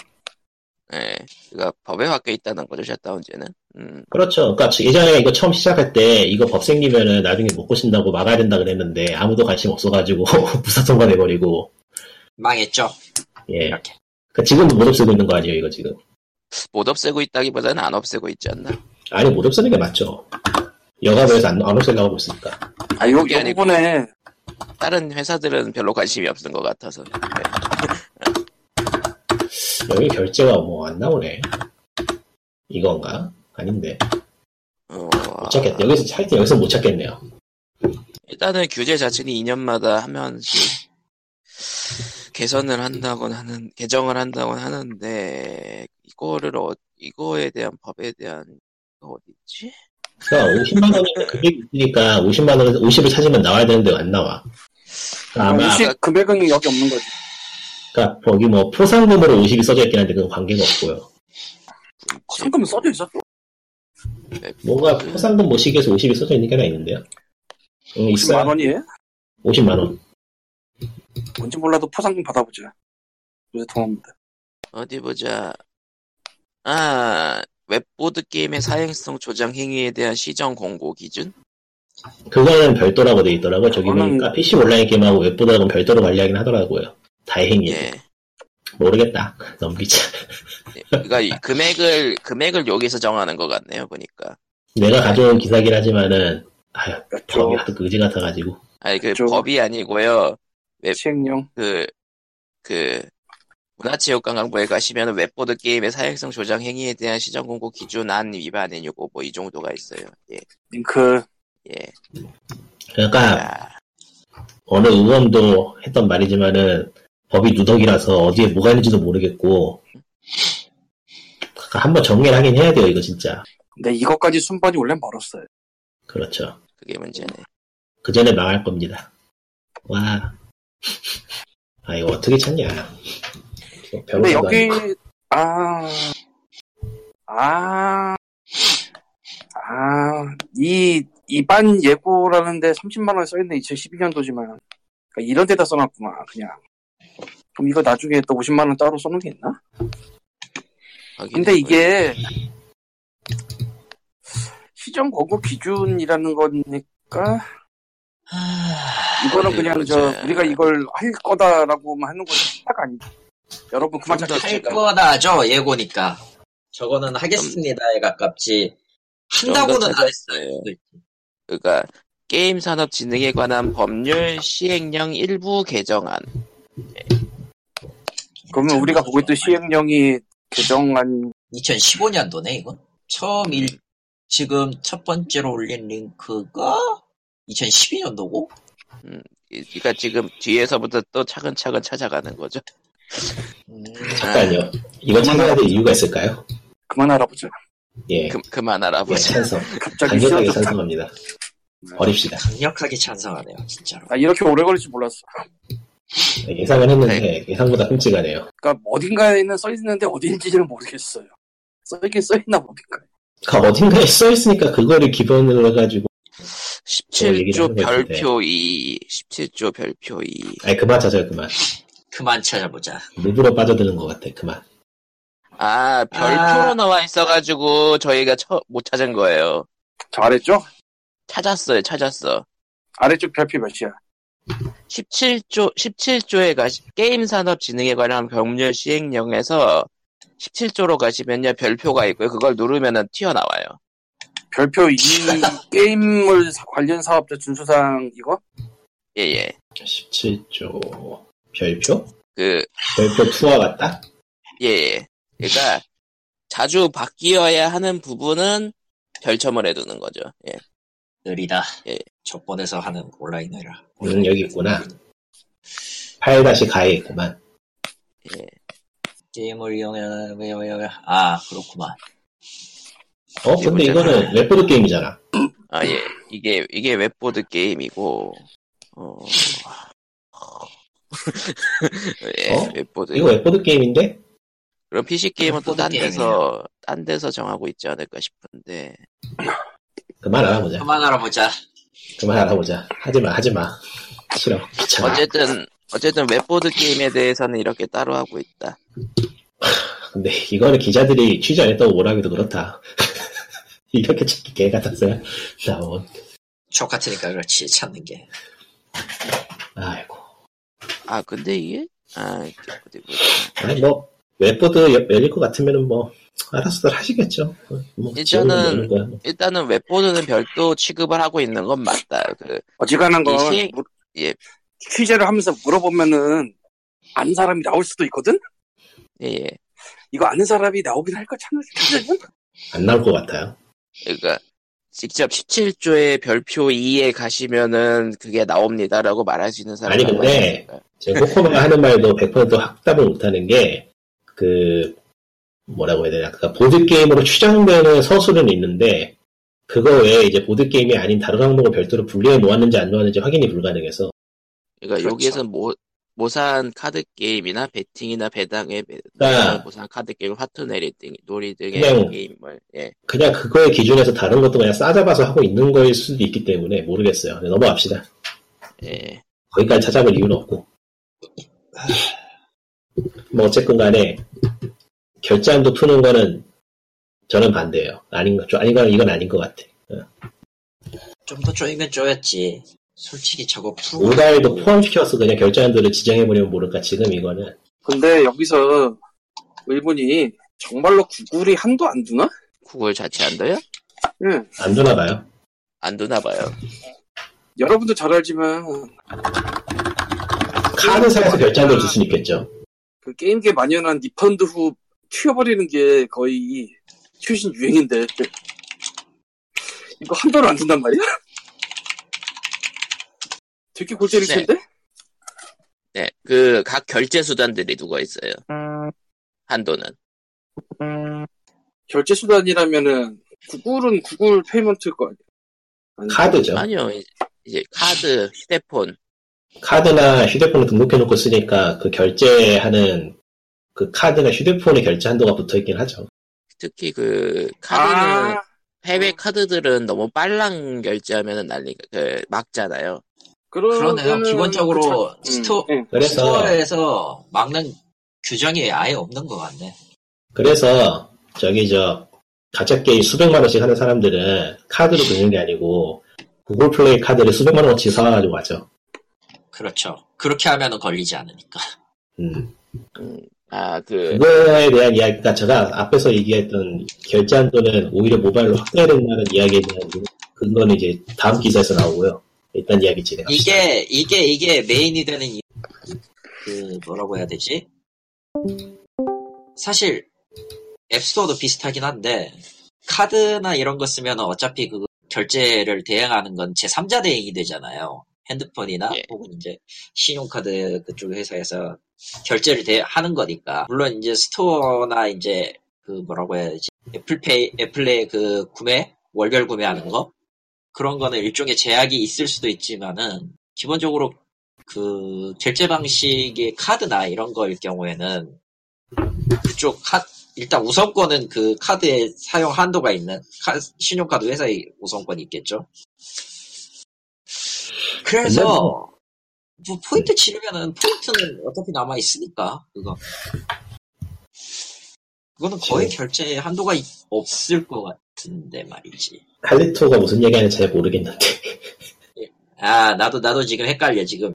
Speaker 1: 예. 그러니까 법에 바뀌어 있다는 거죠, 셧다운제는. 음.
Speaker 4: 그렇죠. 그러니까 예전에 이거 처음 시작할 때 이거 법 생기면은 나중에 못 고친다고 막아야 된다 그랬는데 아무도 관심 없어가지고 부사 통과돼버리고
Speaker 3: 망했죠.
Speaker 4: 예.
Speaker 3: 이렇게.
Speaker 4: 그러니까 지금도 못 없애고 있는 거 아니에요 이거 지금?
Speaker 1: 못 없애고 있다기보다는 안 없애고 있지 않나?
Speaker 4: 아니 못 없애는 게 맞죠. 여가부에서 안, 안 없애려고 하고 있으니까.
Speaker 2: 아, 요,
Speaker 1: 그게
Speaker 2: 요
Speaker 1: 아니고.
Speaker 2: 부분에
Speaker 1: 다른 회사들은 별로 관심이 없는 것 같아서. 네.
Speaker 4: 여기 결제가 뭐 안 나오네. 이건가? 아닌데.
Speaker 1: 어,
Speaker 4: 못 찾겠. 여기서 하여튼 여기서 못 찾겠네요.
Speaker 1: 일단은 규제 자체는 2년마다 한 명씩 개선을 한다곤 하는 개정을 한다곤 하는데 이거를 어, 이거에 대한 법에 대한 거 어디지?
Speaker 4: 그러니까 50만 원이면 금액이 있으니까 50만 원 50을 찾으면 나와야 되는데 안 나와. 그러니까 아마
Speaker 2: 음식 금액은 여기 없는 거지.
Speaker 4: 그러니까 거기 뭐 포상금으로 50이 써져 있긴 한데 그건 관계가 없고요.
Speaker 2: 상금 써져 있어.
Speaker 4: 뭔가 포상금 뭐 모시기에서 50이 써져 있는 게 하나 있는데요. 음,
Speaker 2: 50만
Speaker 4: 있어요.
Speaker 2: 원이에요?
Speaker 4: 50만 원.
Speaker 2: 뭔지 몰라도 포상금 받아보자. 요새 통합니다.
Speaker 1: 어디 보자. 아 웹보드 게임의 사행성 조장 행위에 대한 시정 공고 기준?
Speaker 4: 그거는 별도라고 돼 있더라고요. 저기
Speaker 2: 그거는-
Speaker 4: 보니까 PC 온라인 게임하고 웹보드하고는 별도로 관리하긴 하더라고요. 다행이에요.
Speaker 1: 예.
Speaker 4: 모르겠다. 넘기자.
Speaker 1: 그러니까 이 금액을 금액을 여기서 정하는 것 같네요 보니까.
Speaker 4: 내가 가져온 기사긴 하지만은 아휴
Speaker 2: 그렇죠.
Speaker 4: 법이 하도 의지 같아가지고
Speaker 1: 아니 그
Speaker 2: 그쪽.
Speaker 1: 법이 아니고요.
Speaker 2: 시행령.
Speaker 1: 그, 그, 문화체육관광부에 가시면 은 웹보드 게임의 사행성 조장 행위에 대한 시정 공고 기준 안 위반인 요거 뭐 이 정도가 있어요. 예,
Speaker 2: 링크.
Speaker 1: 예.
Speaker 4: 그러니까
Speaker 1: 아,
Speaker 4: 어느 의원도 했던 말이지만은 법이 누더기라서 어디에 뭐가 있는지도 모르겠고 한번 정리를 하긴 해야 돼요 이거 진짜
Speaker 2: 근데 이것까지 순번이 원래 멀었어요.
Speaker 4: 그렇죠
Speaker 1: 그게 문제네.
Speaker 4: 그 전에 망할 겁니다 와 아, 이거 어떻게 찾냐
Speaker 2: 근데
Speaker 4: 변호사도
Speaker 2: 여기
Speaker 4: 아니고.
Speaker 2: 아, 아, 아, 이 이반 예고라는데 30만 원에 써있네 2012년도지만 그러니까 이런 데다 써놨구나 그냥. 그럼 이거 나중에 또 50만 원 따로 써놓은 게 있나? 근데 이게 시정 권고 기준이라는 거니까
Speaker 3: 하...
Speaker 2: 이거는
Speaker 1: 어디
Speaker 2: 그냥 저
Speaker 1: 보자.
Speaker 2: 우리가 이걸 할 거다라고만 하는 건 착각 아니죠. 여러분 그만
Speaker 1: 그렇죠.
Speaker 2: 찾아주세요.
Speaker 3: 할 거다죠 예고니까. 저거는 하겠습니다에 가깝지. 한다고는 안 했어요.
Speaker 1: 요 그러니까 게임 산업 진흥에 관한 법률 시행령 일부 개정안.
Speaker 2: 그러면 우리가 보고 있던 시행령이 개정한
Speaker 3: 2015년도네 이건. 처음 일 지금 첫 번째로 올린 링크가 2012년도고.
Speaker 1: 이- 그러니까 지금 뒤에서부터 또 차근차근 찾아가는 거죠.
Speaker 3: 음, 아,
Speaker 4: 잠깐요 이거 찾아야 될 이유가 있을까요?
Speaker 2: 그만 알아보자.
Speaker 4: 예,
Speaker 1: 그, 그만
Speaker 4: 예
Speaker 1: 알아보자.
Speaker 4: 찬성
Speaker 2: 갑자기
Speaker 4: 강력하게
Speaker 2: 시원졌다. 네.
Speaker 4: 찬성합니다 버립시다
Speaker 3: 강력하게 찬성하네요 진짜로.
Speaker 2: 아, 이렇게 오래 걸릴 줄 몰랐어.
Speaker 4: 예상을
Speaker 2: 네.
Speaker 4: 했는데 예상보다 끔찍하네요
Speaker 2: 그러니까 어딘가에는 써 있는데 어딘지는 모르겠어요. 써 있긴 써 있나 보니까.
Speaker 4: 그러니까 어딘가에 써있으니까 그거를 기본으로 해가지고
Speaker 1: 17조
Speaker 4: 얘기를 하는 것
Speaker 1: 별표 2. 17조 별표 2.
Speaker 4: 아니 그만 찾아요 그만
Speaker 3: 그만 찾아보자.
Speaker 4: 일부러 빠져드는 것 같아 그만
Speaker 1: 아, 별표로 나와 있어가지고 저희가 처, 못 찾은 거예요.
Speaker 2: 저 아래쪽
Speaker 1: 찾았어요, 찾았어.
Speaker 2: 아래쪽 별표 몇이야?
Speaker 1: 17조, 17조에 가, 게임 산업 진흥에 관한 법률 시행령에서 17조로 가시면요, 별표가 있고요. 그걸 누르면은 튀어나와요.
Speaker 2: 별표 2 게임물 사- 관련 사업자 준수상 이거?
Speaker 1: 예, 예.
Speaker 4: 17조 별표?
Speaker 1: 그,
Speaker 4: 별표 투와 같다?
Speaker 1: 예, 예. 그러니까, 자주 바뀌어야 하는 부분은 별첨을 해두는 거죠. 예.
Speaker 3: 느리다.
Speaker 1: 예.
Speaker 3: 저번에서 하는 온라인이라.
Speaker 4: 음, 여기 있구나. 8 다시 가에 있구만.
Speaker 3: 게임을 이용해야 왜요? 아 그렇구만.
Speaker 4: 어, 근데 이거는 웹보드 게임이잖아.
Speaker 1: 아, 예. 이게, 이게 웹보드 게임이고, 어, 예,
Speaker 4: 어?
Speaker 1: 웹보드.
Speaker 4: 이거 웹보드 게임인데?
Speaker 1: 그럼 PC 게임은 또
Speaker 3: 웹보드
Speaker 1: 딴
Speaker 3: 게임이네요.
Speaker 1: 데서, 딴 데서 정하고 있지 않을까 싶은데,
Speaker 4: 그만 알아보자.
Speaker 3: 그만 알아보자.
Speaker 4: 그만 알아보자. 하지마, 하지마. 싫어. 귀찮아.
Speaker 1: 어쨌든, 어쨌든 웹보드 게임에 대해서는 이렇게 따로 하고 있다.
Speaker 4: 근데 이거는 기자들이 취재 안 했다고 뭐라기도 그렇다. 이렇게 찾기 개 같았어요. 나온. 뭐,
Speaker 3: 족 같으니까 그렇지 찾는 게.
Speaker 4: 아이고.
Speaker 1: 아, 근데 이게? 아, 어디 보자.
Speaker 4: 아니, 뭐, 웹보드 열- 열릴 것 같으면은 뭐, 알아서들 하시겠죠. 뭐, 지원은
Speaker 1: 일단은-
Speaker 4: 열릴 거야, 뭐.
Speaker 1: 일단은 웹보드는 별도 취급을 하고 있는 건 맞다. 그,
Speaker 2: 어지간한 건
Speaker 1: 이 시행-
Speaker 2: 물-
Speaker 1: 예.
Speaker 2: 취재를 하면서 물어보면은 아는 사람이 나올 수도 있거든.
Speaker 1: 예, 예.
Speaker 2: 이거 아는 사람이 나오긴 할걸 찾는 찾는.
Speaker 4: 안 나올 것 같아요.
Speaker 1: 그러니까 직접 17조의 별표 2에 가시면은 그게 나옵니다라고 말할 수 있는 사람이
Speaker 4: 아니, 근데 지금 코코마가 하는 말도 100%또 확답을 못하는 게, 그, 뭐라고 해야 되나. 그러니까 보드게임으로 추정되는 서술은 있는데, 그거 외에 이제 보드게임이 아닌 다른 항목을 별도로 분리해 놓았는지 안 놓았는지 확인이 불가능해서,
Speaker 1: 그러니까
Speaker 2: 그렇죠.
Speaker 1: 여기에서 모 모산 카드 게임이나 베팅이나 배당의 배-
Speaker 4: 그러니까
Speaker 1: 모산 카드 게임, 화투내리 등 놀이 등의
Speaker 4: 그냥-
Speaker 1: 게임을 예.
Speaker 4: 그냥 그거의 기준에서 다른 것도 그냥 싸잡아서 하고 있는 거일 수도 있기 때문에 모르겠어요. 네, 넘어갑시다.
Speaker 1: 예.
Speaker 4: 거기까지 찾아볼 이유는 없고. 뭐, 어쨌건 간에, 결제안도 푸는 거는 저는 반대예요. 아닌 거, 아니, 이건 아닌 것 같아.
Speaker 3: 좀 더 쪼이면 쪼였지. 솔직히 저거 풀고
Speaker 4: 오달도 포함시켜서 그냥 결제안들을 지정해버리면 모를까 지금 이거는
Speaker 2: 근데 여기서 의문이 정말로 구글이 한도 안 두나?
Speaker 1: 구글 자체 안 돼요?
Speaker 2: 응.
Speaker 4: 안 되나봐요
Speaker 1: 안 두나 봐요.
Speaker 2: 여러분도 잘 알지만
Speaker 4: 카드사에서 결제안들을 줄 수는 있겠죠
Speaker 2: 그 게임계 만연한 니펀드 후 튀어버리는 게 거의 최신 유행인데 이거 한도를 안 둔단 말이야? 되게 골때릴
Speaker 1: 네.
Speaker 2: 텐데?
Speaker 1: 네, 그 각 결제 수단들이 누가 있어요. 한도는.
Speaker 2: 결제 수단이라면은 구글은 구글 페이먼트 거 아니야?
Speaker 4: 카드죠.
Speaker 1: 아니요, 이제, 이제 카드, 휴대폰.
Speaker 4: 카드나 휴대폰을 등록해놓고 쓰니까 그 결제하는 그 카드나 휴대폰의 결제 한도가 붙어있긴 하죠.
Speaker 1: 특히 그 카드는
Speaker 2: 아,
Speaker 1: 해외 카드들은 너무 빨랑 결제하면 난리 그 막잖아요.
Speaker 2: 그러면은
Speaker 3: 그러네요. 기본적으로
Speaker 2: 그 차-
Speaker 3: 스토-
Speaker 2: 음, 예.
Speaker 4: 그래서
Speaker 3: 스토어에서 막는 규정이 아예 없는 것 같네.
Speaker 4: 그래서 저기 저 가짜 게임 수백만 원씩 하는 사람들은 카드로 드는 게 아니고 구글 플레이 카드를 수백만 원어치 사가지고 하죠.
Speaker 3: 그렇죠. 그렇게 하면은 걸리지 않으니까.
Speaker 4: 음.
Speaker 1: 아, 그
Speaker 4: 그거에 대한 이야기가 제가 앞에서 얘기했던 결제 한도는 오히려 모바일로 확대해야 된다는 이야기에 대한 근거는 이제 다음 기사에서 나오고요. 일단 이야기 진행합시다.
Speaker 3: 이게 이게 이게 메인이 되는 이유. 그 뭐라고 해야 되지? 사실 앱스토어도 비슷하긴 한데 카드나 이런 거 쓰면 어차피 그 결제를 대행하는 건 제3자 대행이 되잖아요. 핸드폰이나
Speaker 1: 예.
Speaker 3: 혹은 이제 신용카드 그쪽 회사에서 결제를 대하는 거니까 물론 이제 스토어나 이제 그 뭐라고 해야 되지 애플페이 애플의 그 구매 월별 구매하는 거 그런 거는 일종의 제약이 있을 수도 있지만은 기본적으로 그 결제 방식의 카드나 이런 거일 경우에는 그쪽 카 일단 우선권은 그 카드의 사용 한도가 있는 카- 신용카드 회사의 우선권이 있겠죠.
Speaker 4: 근데
Speaker 3: 그래서 뭐 포인트 치르면은 포인트는 어차피 남아 있으니까 그거 그거는 거의 결제 한도가 있- 없을 것 같은데 말이지.
Speaker 4: 칼리토가 무슨 얘기하는지 잘 모르겠는데
Speaker 3: 아, 나도, 나도 지금 헷갈려, 지금.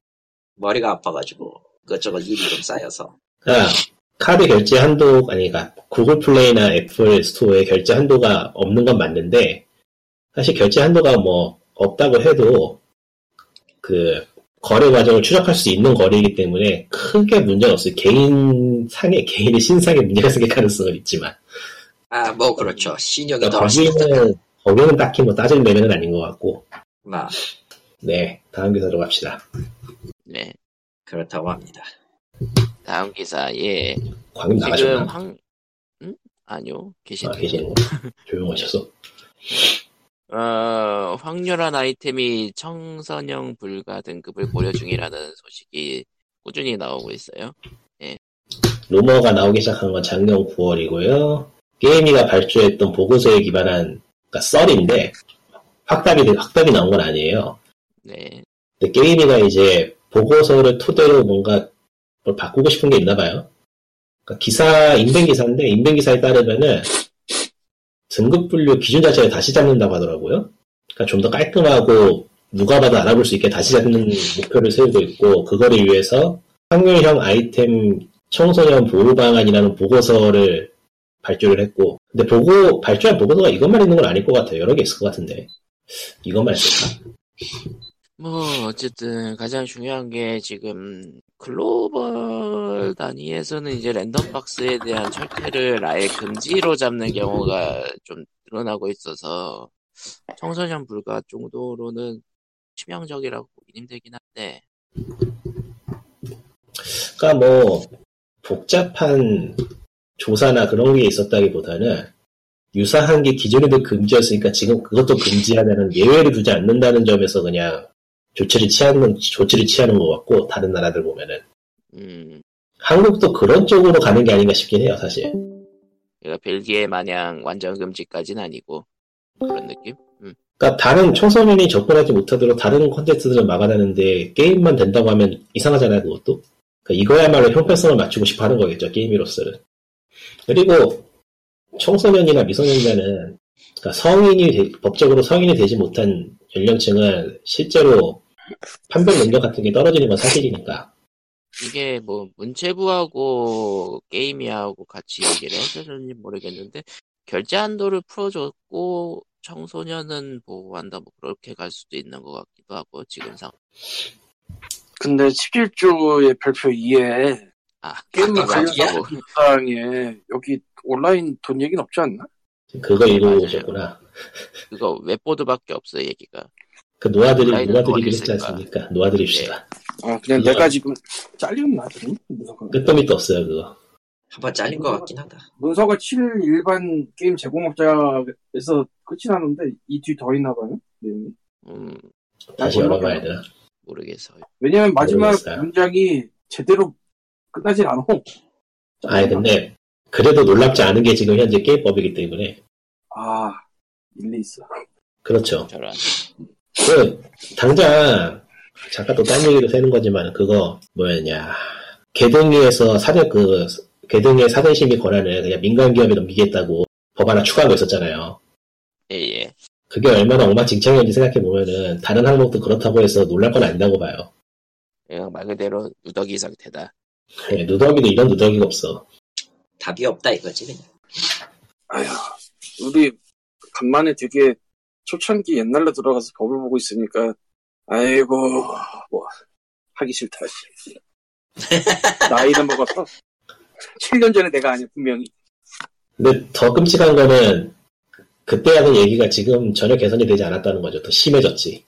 Speaker 3: 머리가 아파가지고. 그것저것 일이 좀 쌓여서.
Speaker 4: 아, 카드 결제 한도 아니 그러니까 구글 플레이나 애플 스토어에 결제 한도가 없는 건 맞는데 사실 결제 한도가 뭐 없다고 해도 그 거래 과정을 추적할 수 있는 거리이기 때문에 크게 문제는 없어요. 개인 상에 개인의 신상에 문제가 생길 가능성은 있지만
Speaker 3: 아, 뭐, 그렇죠. 신용이
Speaker 4: 그러니까
Speaker 3: 떨어지니까.
Speaker 4: 거기는 거기는 딱히 뭐 따질 매매는 아닌 것 같고
Speaker 3: 아,
Speaker 4: 네 다음 기사로 갑시다.
Speaker 1: 네,
Speaker 3: 그렇다고 합니다.
Speaker 1: 다음 기사 예. 지금
Speaker 4: 광님 나가셨나?
Speaker 1: 황 음? 아니요. 계신
Speaker 4: 아, 계시는 조용하셔서
Speaker 1: 어, 확률한 아이템이 청소년 불가 등급을 고려 중이라는 소식이 꾸준히 나오고 있어요.
Speaker 4: 루머가 나오기 시작한 건 작년 9월이고요. 게임이가 발주했던 보고서에 기반한 그러니까 썰인데 확답이 확답이 나온 건 아니에요.
Speaker 1: 네.
Speaker 4: 근데 게임이가 이제 보고서를 토대로 뭔가 뭘 바꾸고 싶은 게 있나 봐요. 그러니까 기사 인벤 기사인데 인벤 기사에 따르면은 등급 분류 기준 자체를 다시 잡는다고 하더라고요. 그러니까 좀 더 깔끔하고 누가 봐도 알아볼 수 있게 다시 잡는 목표를 세우고 있고 그거를 위해서 확률형 아이템 청소년 보호 방안이라는 보고서를 발표를 했고 근데 보고 발표한 보고서가 이것만 있는 건 아닐 것 같아요. 여러 개 있을 것 같은데 이것만 있을까?
Speaker 1: 뭐 어쨌든 가장 중요한 게 지금 글로벌 단위에서는 이제 랜덤 박스에 대한 철퇴를 아예 금지로 잡는 경우가 좀 늘어나고 있어서 청소년 불가 정도로는 치명적이라고 보긴 힘들긴 한데
Speaker 4: 그러니까 뭐 복잡한 조사나 그런 게 있었다기보다는 유사한 게 기존에도 금지였으니까 지금 그것도 금지하다는 예외를 두지 않는다는 점에서 그냥 조치를 취하는 조치를 취하는 것 같고 다른 나라들 보면은
Speaker 1: 음
Speaker 4: 한국도 그런 쪽으로 가는 게 아닌가 싶긴 해요 사실.
Speaker 1: 그러니까 벨기에 마냥 완전 금지까지는 아니고 그런 느낌? 음
Speaker 4: 그러니까 다른 청소년이 접근하지 못하도록 다른 콘텐츠들을 막아내는데 게임만 된다고 하면 이상하잖아요 그것도 그러니까 이거야말로 형평성을 맞추고 싶어 하는 거겠죠 게임으로서는 그리고 청소년이나 미성년자는 그러니까 성인이 되- 법적으로 성인이 되지 못한 연령층은 실제로 판별 능력 같은 게 떨어지는 건 사실이니까
Speaker 1: 이게 뭐 문체부하고 게임이하고 같이 얘기를 했었는지 모르겠는데 결제 한도를 풀어줬고 청소년은 보호한다 뭐 그렇게 갈 수도 있는 것 같기도 하고 지금 상황
Speaker 2: 근데 11조의 발표 이에
Speaker 1: 아
Speaker 2: 게임
Speaker 1: 아까
Speaker 3: 관련
Speaker 1: 그거
Speaker 3: 사고.
Speaker 2: 세상에 여기 온라인 돈 얘기는 없지 않나?
Speaker 4: 그거
Speaker 1: 네,
Speaker 4: 읽고
Speaker 1: 맞아요.
Speaker 4: 오셨구나
Speaker 1: 그거 웹보드밖에 없어요 얘기가
Speaker 4: 그 놓아드리,
Speaker 1: 온라인은
Speaker 4: 놓아드리기로 했지
Speaker 1: 어딨을까?
Speaker 4: 않습니까? 놓아드립시다.
Speaker 2: 아, 그냥
Speaker 4: 이거-
Speaker 2: 내가 지금 잘리면 나더니 문서가
Speaker 1: 네.
Speaker 4: 끝도 밑도 없어요, 그거.
Speaker 3: 한번 잘린 것 같긴 하다.
Speaker 2: 문서가 7일 일반 게임 제공업자에서 끝이 나는데 이 뒤 더 있나 봐요. 내용이.
Speaker 1: 음,
Speaker 4: 다시
Speaker 2: 몰라.
Speaker 4: 열어봐야 되나?
Speaker 1: 모르겠어요.
Speaker 2: 왜냐면 마지막
Speaker 4: 모르겠어요.
Speaker 2: 문장이 제대로 끝나질 않아.
Speaker 4: 아니, 예, 근데, 그래도 놀랍지 않은 게 지금 현재 게임법이기 때문에.
Speaker 2: 아, 일리 있어.
Speaker 4: 그렇죠.
Speaker 1: 저런.
Speaker 4: 그, 당장, 잠깐 또 딴 얘기로 새는 거지만, 그거, 뭐였냐. 개등위에서 사전, 그, 개등위의 사전심의 권한을 그냥 민간기업에 넘기겠다고 법 하나 추가한 거 있었잖아요.
Speaker 1: 예, 예.
Speaker 4: 그게 얼마나 엉망진창이었는지 생각해보면은, 다른 항목도 그렇다고 해서 놀랄 건 아니라고 봐요.
Speaker 1: 그냥 말 그대로 누더기 상태다.
Speaker 4: 예, 누더기도 이런 누더기가 없어.
Speaker 3: 답이 없다 이거지 그냥.
Speaker 2: 우리 간만에 되게 초창기 옛날로 들어가서 법을 보고 있으니까 아이고 뭐 하기 싫다. 나이는 먹어서 7년 전에 내가 아니야 분명히.
Speaker 4: 근데 더 끔찍한 거는, 그때 하는 얘기가 지금 전혀 개선이 되지 않았다는 거죠. 더 심해졌지.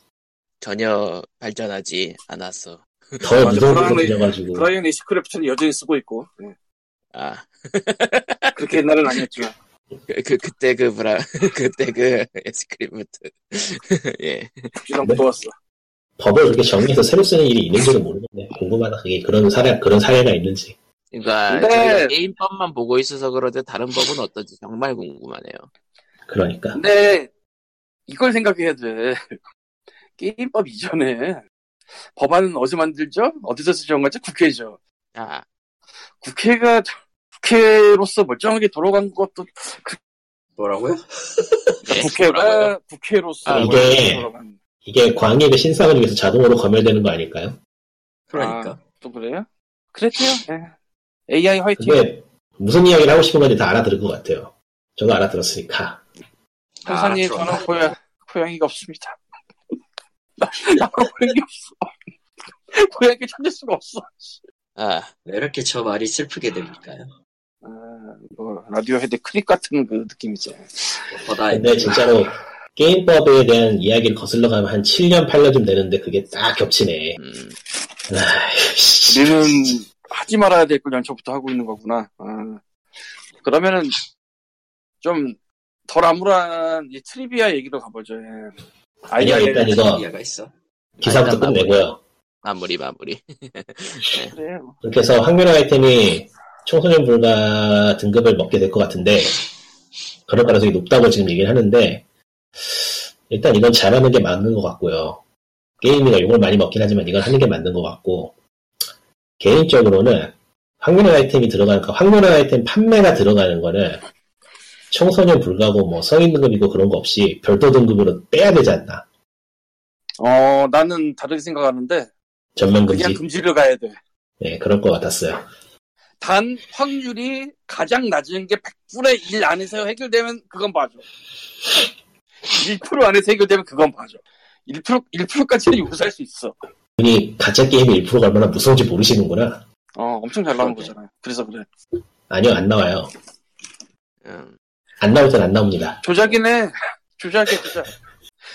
Speaker 1: 전혀 발전하지 않았어.
Speaker 4: 더
Speaker 2: 맞아,
Speaker 4: 무서운
Speaker 2: 불안해.
Speaker 4: 거 들려가지고.
Speaker 2: 브라이언 리시크래프트는 여전히 쓰고 있고 예.
Speaker 1: 아,
Speaker 2: 그렇게 옛날은 아니었지만
Speaker 1: 그, 그 그때 그 브라, 그때 그 에스크리프트. 예.
Speaker 2: 주장
Speaker 4: 네.
Speaker 2: 부었어.
Speaker 4: 법을 그렇게 정리해서 새로 쓰는 일이 있는지는 모르겠네. 궁금하다. 그게 그런 사례, 그런 사례가 있는지.
Speaker 1: 그러니까
Speaker 2: 근데-
Speaker 1: 저희가 게임법만 보고 있어서 그런데 다른 법은 어떤지 정말 궁금하네요.
Speaker 4: 그러니까.
Speaker 2: 근데 이걸 생각해야 돼. 게임법 이전에 법안은 어디서 만들죠? 어디서 수정하죠? 국회죠.
Speaker 1: 아,
Speaker 2: 국회가 국회로서 멀쩡하게 돌아간 것도
Speaker 3: 뭐라고요?
Speaker 1: 예, 뭐라고요?
Speaker 2: 국회가 국회로서
Speaker 1: 아,
Speaker 4: 이게-
Speaker 2: 멀쩡하게 돌아간
Speaker 4: 이게 광역의 그 신상을 위해서 자동으로 검열되는 거 아닐까요?
Speaker 3: 그러니까
Speaker 2: 또 그래요? 그랬대요. 예. AI 화이팅.
Speaker 4: 그게 무슨 이야기를 하고 싶은 건지 다 알아들은 것 같아요. 저도 알아들었으니까.
Speaker 2: 판사님
Speaker 3: 아, 그런가.
Speaker 2: 저는 고양 고양이가 없습니다. 나 고양이 없어. 고양이 찾을 수가 없어.
Speaker 1: 아,
Speaker 3: 왜 이렇게 저 말이 슬프게 들릴까요?
Speaker 2: 아, 뭐 라디오 헤드 클립 같은 그 느낌이죠.
Speaker 3: 보다
Speaker 4: 근데 진짜로 게임법에 대한 이야기를 거슬러 가면 한 7년, 8년쯤 되는데 그게 딱 겹치네.
Speaker 1: 음,
Speaker 4: 아이씨.
Speaker 2: 우리는 하지 말아야 될 걸 연초부터 하고 있는 거구나. 아, 그러면은 좀 덜 암울한 이 트리비아 얘기로 가보죠. 예.
Speaker 4: 아니야,
Speaker 2: 아이언맨
Speaker 4: 일단 이거
Speaker 3: 이야가 있어.
Speaker 4: 기사부터
Speaker 1: 일단
Speaker 4: 끝내고요.
Speaker 1: 마무리, 마무리.
Speaker 2: 그래요.
Speaker 4: 그렇게 해서 확률화 아이템이 청소년 불가 등급을 먹게 될 것 같은데, 그럴 가능성이 높다고 지금 얘기를 하는데, 일단 이건 잘하는 게 맞는 것 같고요. 게임이가 욕을 많이 먹긴 하지만 이건 하는 게 맞는 것 같고, 개인적으로는 확률화 아이템이 들어가는, 그 확률화 아이템 판매가 들어가는 거는 청소년 불가고 뭐 성인 등급이고 그런 거 없이 별도 등급으로 빼야 되지 않나.
Speaker 2: 어, 나는 다르게 생각하는데
Speaker 4: 전면
Speaker 2: 그냥
Speaker 4: 금지.
Speaker 2: 금지를 가야 돼.
Speaker 4: 네, 그럴 것 같았어요.
Speaker 2: 단 확률이 가장 낮은 게 100분의 1 안에서 해결되면 그건 봐줘. 1% 안에서 해결되면 그건 봐줘. 1% 1%까지는 용서할 수 있어.
Speaker 4: 분이 가짜 게임이 1%가 얼마나 무서운지 모르시는구나.
Speaker 2: 어, 엄청 잘 나오는 거잖아요. 그래서 그래.
Speaker 4: 아니요, 안 나와요.
Speaker 1: 음,
Speaker 4: 안 나올 땐 안 나옵니다.
Speaker 2: 조작이네. 조작이야, 조작.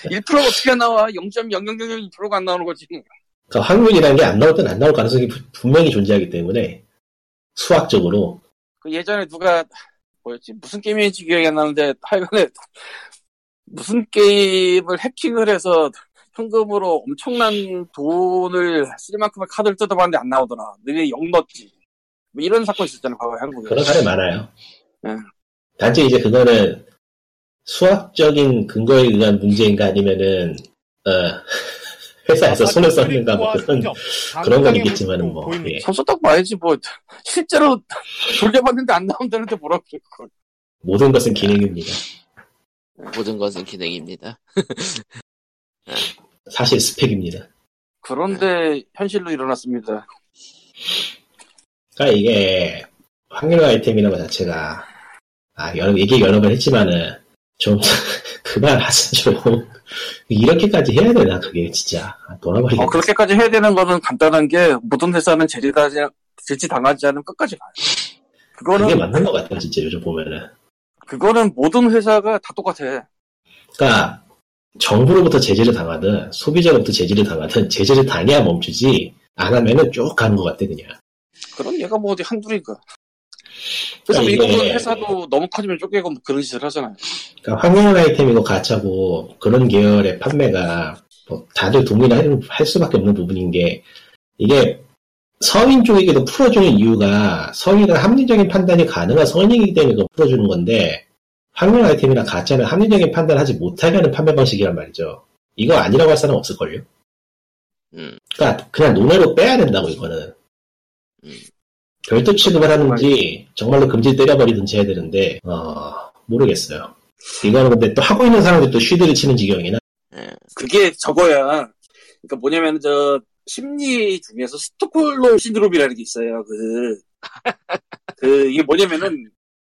Speaker 2: 1%가 어떻게 나와? 0.0001%가 안 나오는 거지.
Speaker 4: 그러니까 확률이라는 게 안 나올 땐 안 나올 가능성이 부- 분명히 존재하기 때문에 수학적으로
Speaker 2: 그 예전에 누가, 뭐였지? 무슨 게임인지 기억이 안 나는데, 하여간에, 무슨 게임을 해킹을 해서 현금으로 엄청난 돈을 쓸 만큼의 카드를 뜯어봤는데 안 나오더라. 너네 영 넣었지. 뭐 이런 사건 있었잖아, 과거에 한국에.
Speaker 4: 그런 사례 많아요.
Speaker 2: 응.
Speaker 4: 단지 이제 그거는 수학적인 근거에 의한 문제인가 아니면은 어, 회사에서 손을 썼는가 뭐 그런 그런 건 있겠지만은 뭐 예.
Speaker 2: 삼성딱 봐야지, 뭐. 실제로 돌려봤는데 안 나온다는데 뭐라 그럴 걸.
Speaker 4: 모든 것은 기능입니다.
Speaker 1: 모든 것은 기능입니다.
Speaker 4: 사실 스펙입니다. 네.
Speaker 2: 그런데 현실로 일어났습니다.
Speaker 4: 그러니까 이게 확률 아이템이라는 것 자체가 아 여러 얘기 여러 번 했지만은 좀 그만 하시죠. 이렇게까지 해야 되나 그게 진짜 아, 돌아버리겠다.
Speaker 2: 어, 그렇게까지 해야 되는 거는 간단한 게 모든 회사는 제지당하지, 제지당하지 않으면 끝까지 가요.
Speaker 4: 그게
Speaker 2: 그거는,
Speaker 4: 맞는 것 같아요 진짜 요즘 보면은.
Speaker 2: 그거는 모든 회사가 다 똑같아.
Speaker 4: 그러니까 정부로부터 제재를 당하든 소비자로부터 제재를 당하든 제재를 당해야 멈추지 안 하면은 쭉 가는 것 같아 그냥.
Speaker 2: 그런 얘가 뭐 어디 한둘이가. 그래서
Speaker 4: 아니,
Speaker 2: 미국은
Speaker 4: 예.
Speaker 2: 회사도 너무 커지면 쪼개고 뭐 그런 짓을 하잖아요.
Speaker 4: 그러니까 황용 아이템이고 가차고 그런 계열의 판매가 뭐 다들 동의를 할 수밖에 없는 부분인 게 이게 성인 쪽에게도 풀어주는 이유가 성인은 합리적인 판단이 가능한 성인이기 때문에 그걸 풀어주는 건데 황용 아이템이나 가차는 합리적인 판단을 하지 못하게 하는 판매 방식이란 말이죠. 이거 아니라고 할 사람 없을걸요?
Speaker 1: 음.
Speaker 4: 그러니까 그냥 논외로 빼야 된다고 이거는.
Speaker 1: 음.
Speaker 4: 별도 취급을 하는지 정말로 금지 때려버리든지 해야 되는데 어, 모르겠어요. 이거는 근데 또 하고 있는 사람들이 또 쉬드를 치는 지경이나
Speaker 2: 그게 저거야. 그러니까 뭐냐면 저 심리 중에서 스톡홀름 신드롬이라는 게 있어요. 그, 그 이게 뭐냐면은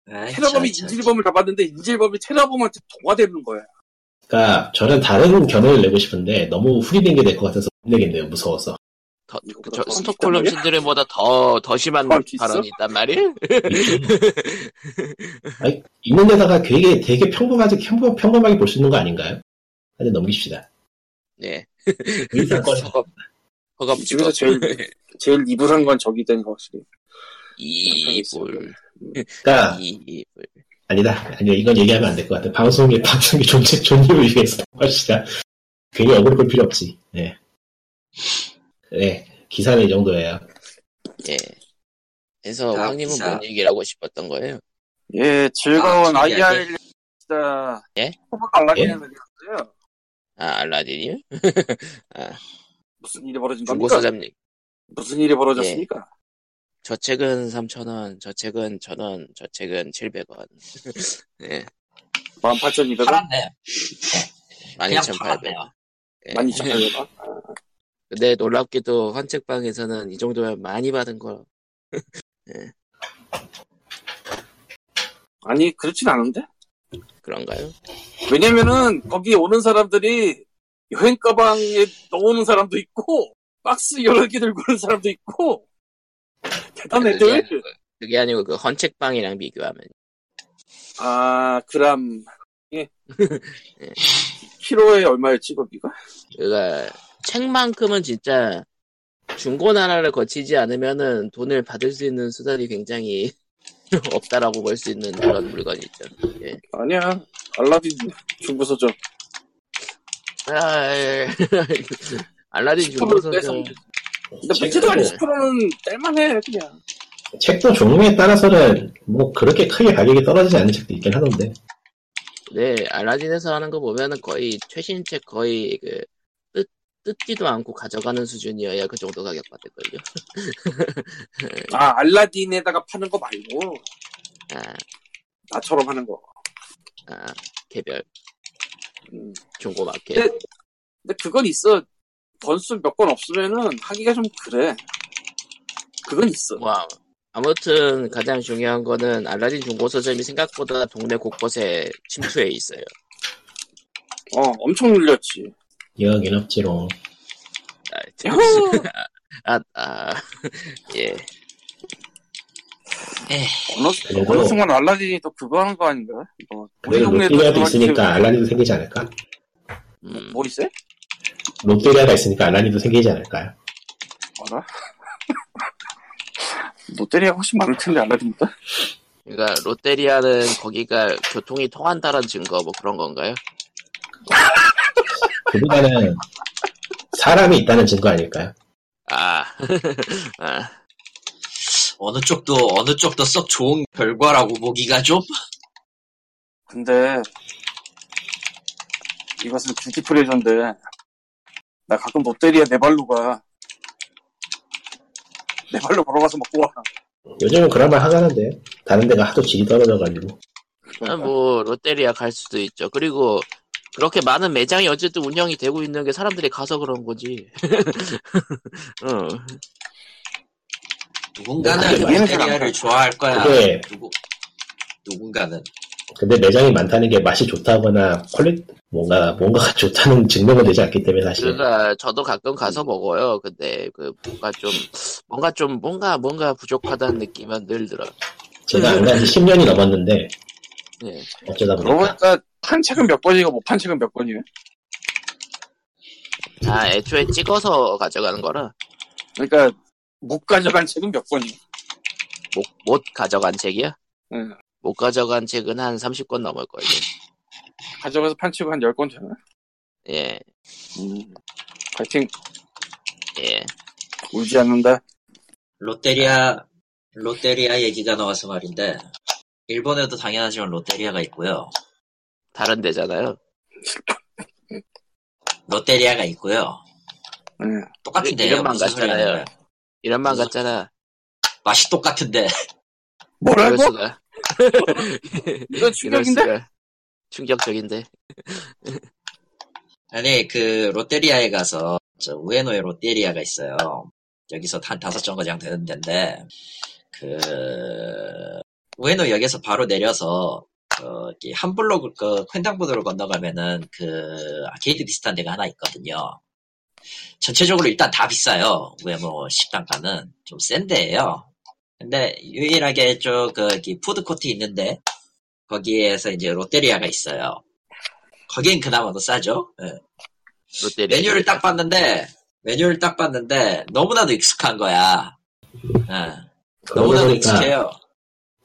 Speaker 3: 아이,
Speaker 2: 테러범이
Speaker 3: 참, 참.
Speaker 2: 인질범을 잡았는데 인질범이 테러범한테 동화되는 거야.
Speaker 4: 그러니까 저는 다른 견해를 내고 싶은데 너무 후리된 게 될 것 같아서 못 내겠네요 무서워서
Speaker 1: 더,
Speaker 2: 이거
Speaker 1: 그, 저,
Speaker 2: 더
Speaker 1: 스톡홀름
Speaker 2: 있단
Speaker 1: 신드롬보다 더, 더 심한
Speaker 2: 더 있어?
Speaker 1: 발언이 있단 말이에요?
Speaker 4: 있는 데다가 되게 되게 평범하게 평범, 평범하게 볼 수 있는 거 아닌가요? 하여튼 넘깁시다
Speaker 1: 네.
Speaker 4: 이 사건이
Speaker 1: 허겁, 허겁,
Speaker 2: 집에서 제일
Speaker 1: 네.
Speaker 2: 제일 이불한 건 저기 있다는 거 확실히.
Speaker 1: 이불,
Speaker 4: 그러니까
Speaker 1: 이불.
Speaker 4: 아니다. 아니요, 이건 얘기하면 안 될 것 같아. 방송의, 방송의 존재, 존재를 위해서 합시다. 괜히 억울 볼 필요 없지. 네. 네. 기사는 이 정도예요.
Speaker 1: 예. 그래서
Speaker 3: 다음
Speaker 1: 황님은
Speaker 3: 기사.
Speaker 1: 뭔 얘기를 하고 싶었던 거예요?
Speaker 2: 예, 즐거운
Speaker 3: 아,
Speaker 2: 아,
Speaker 3: 저기
Speaker 2: IR 진짜
Speaker 1: 예?
Speaker 2: 호박 알라딘에서 요
Speaker 1: 아, 알라딘이요?
Speaker 2: 그러니까 무슨 일이 벌어진 겁니까?
Speaker 1: 중고서점 얘기.
Speaker 2: 무슨 일이 벌어졌습니까?
Speaker 1: 저 책은 3,000원, 저 책은 1,000원, 저 책은 700원. 네,
Speaker 2: 18,200원?
Speaker 3: 팔았네요. 그냥
Speaker 1: 12,800원.
Speaker 3: 팔았네요.
Speaker 1: 예.
Speaker 2: 12,800원?
Speaker 1: 근데 놀랍게도 환책방에서는 이 정도면 많이 받은 거.
Speaker 2: 아니, 그렇진 않은데?
Speaker 1: 그런가요?
Speaker 2: 왜냐면은 거기 오는 사람들이 여행 가방에 넣어오는 사람도 있고 박스 여러 개 들고 오는 사람도 있고 대단해들
Speaker 1: 그게, 그게 아니고 그 헌책방이랑 비교하면.
Speaker 2: 아 그람 예 키로에 얼마였지 거기가
Speaker 1: 그러니까 책만큼은 진짜 중고나라를 거치지 않으면은 돈을 받을 수 있는 수단이 굉장히 없다라고 볼 수 있는 그런 물건이죠.
Speaker 2: 아니야 알라딘 중고서점
Speaker 1: 아, 예. 알라딘
Speaker 2: 10%를
Speaker 1: 중고서점.
Speaker 2: 떼서 근데
Speaker 4: 네.
Speaker 2: 문제도 아니 10%는 뗄만해 그냥
Speaker 4: 책도 종류에 따라서는 뭐 그렇게 크게 가격이 떨어지지 않는 책도 있긴 하던데.
Speaker 1: 네, 알라딘에서 하는 거 보면은 거의 최신 책 거의 그 뜯, 뜯지도 않고 가져가는 수준이어야 그 정도 가격 받을걸요.
Speaker 4: 네.
Speaker 2: 아 알라딘에다가 파는 거 말고
Speaker 1: 아,
Speaker 2: 나처럼 하는 거
Speaker 1: 아, 개별
Speaker 2: 음.
Speaker 1: 중고마켓.
Speaker 2: 네. 근데 그건 있어 번수 몇 건 없으면은 하기가 좀 그래 그건 있어
Speaker 1: 와. 아무튼 가장 중요한 거는 알라딘 중고서점이 생각보다 동네 곳곳에 침투해 있어요.
Speaker 2: 어, 엄청 늘렸지.
Speaker 4: 여긴 없지롱.
Speaker 1: 아, 참.
Speaker 2: 야호!
Speaker 1: 아, 아, 예.
Speaker 2: 어느,
Speaker 4: 그리고-
Speaker 2: 어느 순간 알라딘이 또 그거 하는 거 아닌가? 뭐, 우리
Speaker 4: 그래도
Speaker 2: 동네에도
Speaker 4: 롯데리아도
Speaker 2: 그거
Speaker 4: 있으니까
Speaker 2: 하는데
Speaker 4: 알라딘도 생기지 않을까?
Speaker 1: 음,
Speaker 2: 뭐 있어요?
Speaker 4: 롯데리아가 있으니까 알라딘도 생기지 않을까요?
Speaker 2: 알아? 롯데리아가 뭐 훨씬 많을 텐데, 알라딘보다?
Speaker 1: 그러니까 롯데리아는 거기가 교통이 통한다는 증거 뭐 그런 건가요?
Speaker 4: 그보다는 사람이 있다는 증거 아닐까요?
Speaker 1: 아, 아,
Speaker 3: 어느 쪽도 어느 쪽도 썩 좋은 결과라고 보기가 좀
Speaker 4: 네,
Speaker 2: 근데, 이것은 뷰티 프레저인데, 나 가끔 롯데리아 네 발로 가. 네 발로 걸어가서 먹고 와.
Speaker 4: 요즘은 그런 말 하자는데 다른 데가 하도 질이 떨어져가지고
Speaker 1: 아, 뭐 롯데리아 갈 수도 있죠. 그리고 그렇게 많은 매장이 어쨌든 운영이 되고 있는 게 사람들이 가서 그런 거지. 어,
Speaker 3: 누군가는
Speaker 2: 아니, 얘는 잘안 팔아.
Speaker 3: 롯데리아를 좋아할 거야.
Speaker 4: 그게-
Speaker 3: 누구 누군가는
Speaker 4: 근데 매장이 많다는 게 맛이 좋다거나 퀄리 뭔가 뭔가가 좋다는 증명은 되지 않기 때문에 사실
Speaker 1: 그러니까 저도 가끔 가서 먹어요. 근데 그 뭔가 좀 뭔가 좀 뭔가 뭔가 부족하다는 느낌은 늘 들어.
Speaker 4: 제가 안 간 지 10년이 넘었는데
Speaker 1: 예.
Speaker 4: 어쩌다
Speaker 2: 그러고
Speaker 4: 보니까
Speaker 2: 보니까, 판 책은 몇 권이고, 못 판 책은 몇 권이에요?
Speaker 1: 아, 애초에 찍어서 가져가는 거라
Speaker 2: 그러니까 못 가져간 책은 몇 권이?
Speaker 1: 못, 못 가져간 책이야?
Speaker 2: 응.
Speaker 1: 못 가져간 책은 한 30권 넘을 거예요.
Speaker 2: 가져가서 판치고 한 10권 되나?
Speaker 1: 예,
Speaker 2: 음. 파이팅
Speaker 1: 예.
Speaker 2: 울지 않는다.
Speaker 3: 롯데리아 롯데리아 얘기가 나와서 말인데 일본에도 당연하지만 롯데리아가 있고요.
Speaker 1: 다른 데잖아요.
Speaker 3: 롯데리아가 있고요.
Speaker 2: 네.
Speaker 3: 똑같은데
Speaker 1: 이름만
Speaker 3: 무슨 소리 하는
Speaker 1: 같잖아요.
Speaker 3: 거야?
Speaker 1: 이름만
Speaker 3: 무슨-
Speaker 1: 같잖아.
Speaker 3: 맛이 똑같은데
Speaker 1: 이럴
Speaker 2: 뭐라고?
Speaker 1: 수가.
Speaker 2: 이건
Speaker 1: 이럴
Speaker 2: 충격인데?
Speaker 1: 수가. 충격적인데.
Speaker 3: 아니 그 롯데리아에 가서 저 우에노에 롯데리아가 있어요. 여기서 한 다섯 정거장 되는 데인데 그 우에노 역에서 바로 내려서 어, 이렇게 한 블록 그 퀸당부도로 건너가면은 그 아케이드 비슷한 데가 하나 있거든요. 전체적으로 일단 다 비싸요. 우에노 식당가는 좀 센데예요. 근데 유일하게 저그 푸드 코트 있는데 거기에서 이제 롯데리아가 있어요. 거긴 그나마 더 싸죠. 예.
Speaker 1: 롯데리아.
Speaker 3: 메뉴를 딱 봤는데 메뉴를 딱 봤는데 너무나도 익숙한 거야. 어,
Speaker 4: 그러고
Speaker 3: 너무나도
Speaker 4: 보니까
Speaker 3: 익숙해요.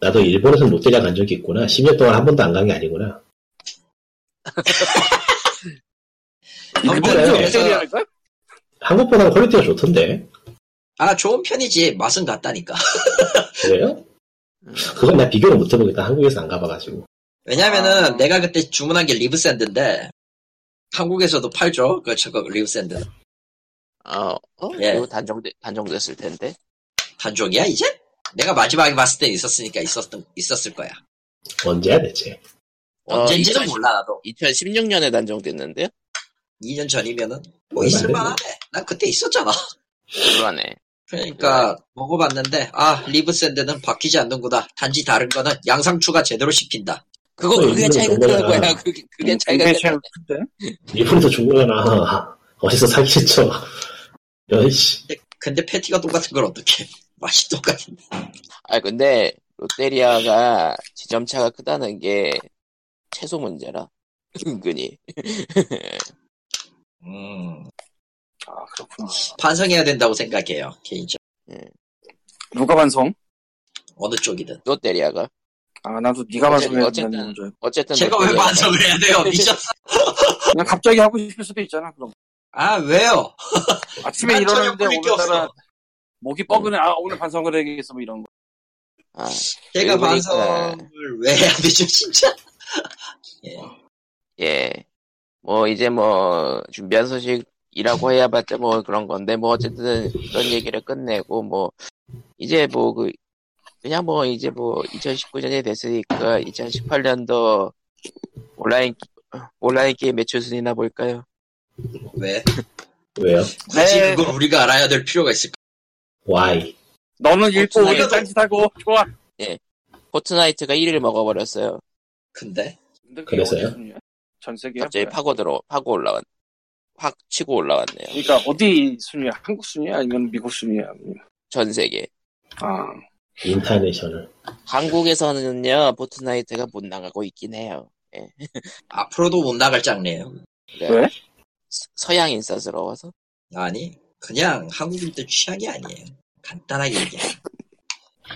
Speaker 4: 나도 일본에서 롯데리아 간 적이 있구나. 10년 동안 한 번도 안 간 게 아니구나.
Speaker 3: 아무튼 그래서
Speaker 2: 롯데리아일걸?
Speaker 4: 한국보다 퀄리티가 좋던데.
Speaker 3: 아 좋은 편이지 맛은 같다니까.
Speaker 4: 그래요?
Speaker 1: 음.
Speaker 4: 그건 나 비교를 못 해보겠다. 한국에서 안 가봐가지고.
Speaker 3: 왜냐면은
Speaker 2: 아.
Speaker 3: 내가 그때 주문한 게 리브 샌드인데 한국에서도 팔죠. 그 저거 리브 샌드
Speaker 1: 어, 어?
Speaker 3: 예.
Speaker 1: 이거 단정돼, 단정됐을 텐데.
Speaker 3: 단종이야 이제? 내가 마지막에 봤을 때 있었으니까 있었던 있었을 거야.
Speaker 4: 언제야 대체?
Speaker 1: 어,
Speaker 3: 언젠지는
Speaker 1: 이천-
Speaker 3: 몰라 나도.
Speaker 1: 2016년에 단정됐는데요?
Speaker 3: 2년 전이면은 뭐
Speaker 4: 얼마 안
Speaker 3: 있을
Speaker 4: 됐네.
Speaker 3: 만하네. 난 그때 있었잖아.
Speaker 1: 그러네.
Speaker 3: 그러니까 먹어봤는데 아 리브 샌드는 바뀌지 않는구나. 단지 다른 거는 양상추가 제대로 씹힌다.
Speaker 1: 그거
Speaker 4: 어,
Speaker 1: 그게
Speaker 4: 이거는
Speaker 1: 차이가
Speaker 4: 정말
Speaker 1: 크는 거야.
Speaker 4: 알아.
Speaker 1: 그게 그게 차이가
Speaker 2: 굉장히
Speaker 1: 크는
Speaker 2: 큰데?
Speaker 4: 일본에서 중국이나 어디서 사기친 척. 여이씨.
Speaker 3: 근데 패티가 똑같은 걸 어떻게 맛이 똑같은데
Speaker 1: 아 근데 롯데리아가 지점차가 크다는 게 최소 문제라 은근히
Speaker 3: 음,
Speaker 2: 아, 그렇구나.
Speaker 3: 반성해야 된다고 생각해요 개인적으로
Speaker 2: 누가 반성?
Speaker 3: 어느 쪽이든
Speaker 1: 롯데리아가
Speaker 2: 아, 나도 네가 반성해야
Speaker 1: 어쨌든-
Speaker 2: 된다는 줄. 알고.
Speaker 1: 어쨌든
Speaker 3: 제가 왜
Speaker 1: 롯데리아가
Speaker 3: 반성을 해야 돼요 미쳤어
Speaker 2: 그냥 갑자기 하고 싶을 수도 있잖아, 그럼.
Speaker 3: 아 왜요
Speaker 2: 아침에
Speaker 3: 난 전혀
Speaker 2: 일어났는데
Speaker 3: 걸릴 게
Speaker 2: 오늘따라
Speaker 3: 없어.
Speaker 2: 목이 뻐근해. 아, 오늘 반성을 해야겠어, 뭐 이런 거.
Speaker 1: 아,
Speaker 3: 제가
Speaker 1: 여기 보니까-
Speaker 3: 반성을 왜 해야 되죠 진짜 예.
Speaker 1: 예. 뭐 이제 뭐 준비한 소식이라고 해야봤자 뭐 그런 건데 뭐 어쨌든 이런 얘기를 끝내고 뭐 이제 뭐 그 그냥 뭐 이제 뭐 2019년이 됐으니까 2018년도 온라인 온라인 게임 매출 순이나 볼까요?
Speaker 3: 왜
Speaker 4: 왜요?
Speaker 3: 굳이
Speaker 2: 네.
Speaker 3: 그걸 우리가 알아야 될 필요가 있을까
Speaker 4: Why?
Speaker 2: 너는 읽고
Speaker 1: 어쩌나
Speaker 2: 우리
Speaker 3: 이거-
Speaker 2: 딴짓하고 좋아.
Speaker 1: 포트나이트가 1위를 먹어버렸어요.
Speaker 3: 근데
Speaker 2: 근데 그게
Speaker 4: 그래서요?
Speaker 2: 어디 순위야? 전 세계
Speaker 1: 갑자기 파고 들어 파고 올라왔 확 치고 올라왔네요.
Speaker 2: 그러니까 어디 순위야? 한국 순위야? 아니면 미국 순위야?
Speaker 1: 전 세계.
Speaker 2: 아,
Speaker 4: 인터내셔널.
Speaker 1: 한국에서는요 포트나이트가 못 나가고 있긴 해요.
Speaker 3: 앞으로도 못 나갈 장래요
Speaker 1: 그러니까
Speaker 2: 왜?
Speaker 1: 서- 서양 인싸스러워서.
Speaker 3: 아니 그냥 한국인들 취향이 아니에요 간단하게 얘기해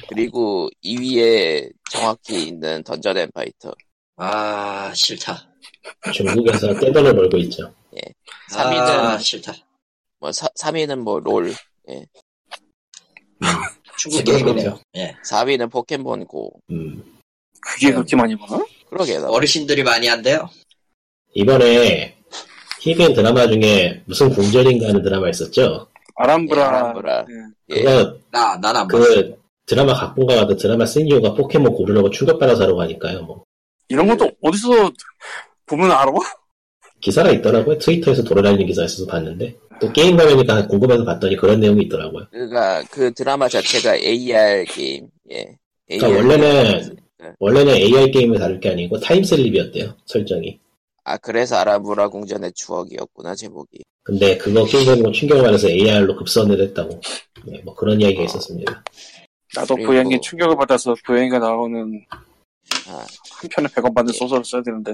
Speaker 1: 그리고 2위에 정확히 있는 던전 앤 파이터.
Speaker 3: 아 싫다
Speaker 4: 중국에서 떼돈을 벌고 있죠.
Speaker 1: 3위는
Speaker 3: 아 싫다
Speaker 1: 뭐 3위는 뭐 롤,
Speaker 3: 중국
Speaker 4: 그렇죠.
Speaker 3: 게임이네요 예
Speaker 1: 4위는 포켓몬고.
Speaker 4: 음.
Speaker 2: 그게 그렇게 많이 보나?
Speaker 1: 그러게요.
Speaker 3: 어르신들이 많이 한대요
Speaker 4: 이번에 TVN 드라마 중에 무슨 궁전인가 하는 드라마 있었죠?
Speaker 2: 아람브라.
Speaker 1: 네, 아람브라. 예.
Speaker 4: 그거
Speaker 3: 나, 난 안 봤어.
Speaker 4: 그 드라마 각본가가 그 드라마 시니어가 포켓몬 고르려고 충격받아서 하러 가니까요. 뭐
Speaker 2: 이런 것도 어디서 보면 알아?
Speaker 4: 기사가 있더라고요. 트위터에서 돌아다니는 기사 있어서 봤는데 또 게임 가면니까 궁금해서 봤더니 그런 내용이 있더라고요.
Speaker 1: 그가 그 드라마 자체가 AR 게임. 예.
Speaker 4: 그러니까
Speaker 1: AR
Speaker 4: 원래는
Speaker 1: 게임.
Speaker 4: 원래는 AI 게임을 다룰 게 아니고 타임슬립이었대요 설정이.
Speaker 1: 아 그래서 아람브라 궁전의 추억이었구나 제목이.
Speaker 4: 근데 그거 게임 보고 충격을 받아서 AR로 급선을 했다고. 네, 뭐 그런 이야기가 있었습니다.
Speaker 2: 나도
Speaker 1: 그리고-
Speaker 2: 고양이 충격을 받아서 고양이가 나오는
Speaker 1: 아.
Speaker 2: 한 편에 100원 받는
Speaker 1: 예.
Speaker 2: 소설을 써야 되는데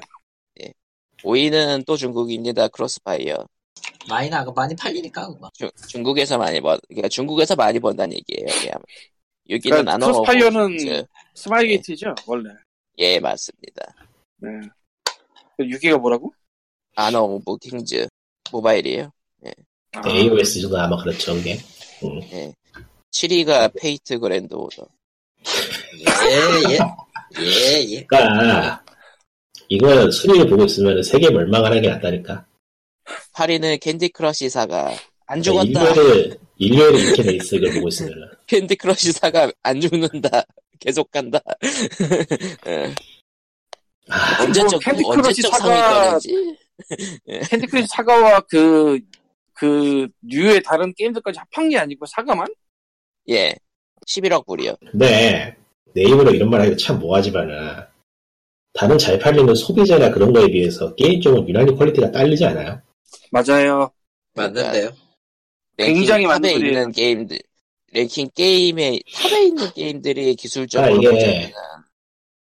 Speaker 1: 5위는 또 중국입니다. 크로스파이어.
Speaker 3: 많이 나가 많이 팔리니까 그거.
Speaker 1: 주, 중국에서 많이 번, 그러니까 중국에서 많이 번다는 얘기예요. 그냥. 여기는
Speaker 2: 그러니까
Speaker 1: 안 나눠.
Speaker 2: 크로스파이어는- 스마일게이트죠 원래.
Speaker 1: 예 맞습니다.
Speaker 2: 네. 6기가 그 뭐라고?
Speaker 1: 아너 오브 킹즈 모바일이에요.
Speaker 2: 아,
Speaker 4: 네, AOS도 아마 그렇죠, 그게.
Speaker 1: 7위가 예. 페이트 그랜드 오더.
Speaker 3: 예예 예, 예.
Speaker 4: 그러니까 이거 순위를 보고 있으면 세계 멸망을 하게 낫다니까.
Speaker 1: 8위는 캔디 크러쉬사가
Speaker 2: 네,
Speaker 1: 안
Speaker 4: 그러니까
Speaker 1: 죽었다.
Speaker 4: 일요일에 일요일에 이렇게 돼 있어 이걸 보고 있으면.
Speaker 1: 캔디 크러쉬사가 안 죽는다. 계속 간다. 예.
Speaker 4: 아,
Speaker 1: 언제적
Speaker 2: 캔디 크러쉬
Speaker 1: 언제적
Speaker 2: 사가-
Speaker 1: 상위권인지.
Speaker 2: 캔디 크러쉬 사과와 그, 그, 류의 다른 게임들까지 합한 게 아니고 사과만?
Speaker 1: 예. 11억 불이요.
Speaker 4: 근데 내 입으로 이런 말 하기도 참 뭐하지만은 다른 잘 팔리는 소비자나 그런 거에 비해서 게임 쪽은 유난히 퀄리티가 딸리지 않아요?
Speaker 2: 맞아요.
Speaker 3: 맞는데요.
Speaker 1: 랭킹
Speaker 2: 굉장히 많은
Speaker 1: 탑에
Speaker 2: 소리예요.
Speaker 1: 있는 게임들 랭킹 게임에 탑에 있는 게임들이 기술적으로
Speaker 4: 아,
Speaker 2: 예.
Speaker 4: 이게
Speaker 1: 보자면은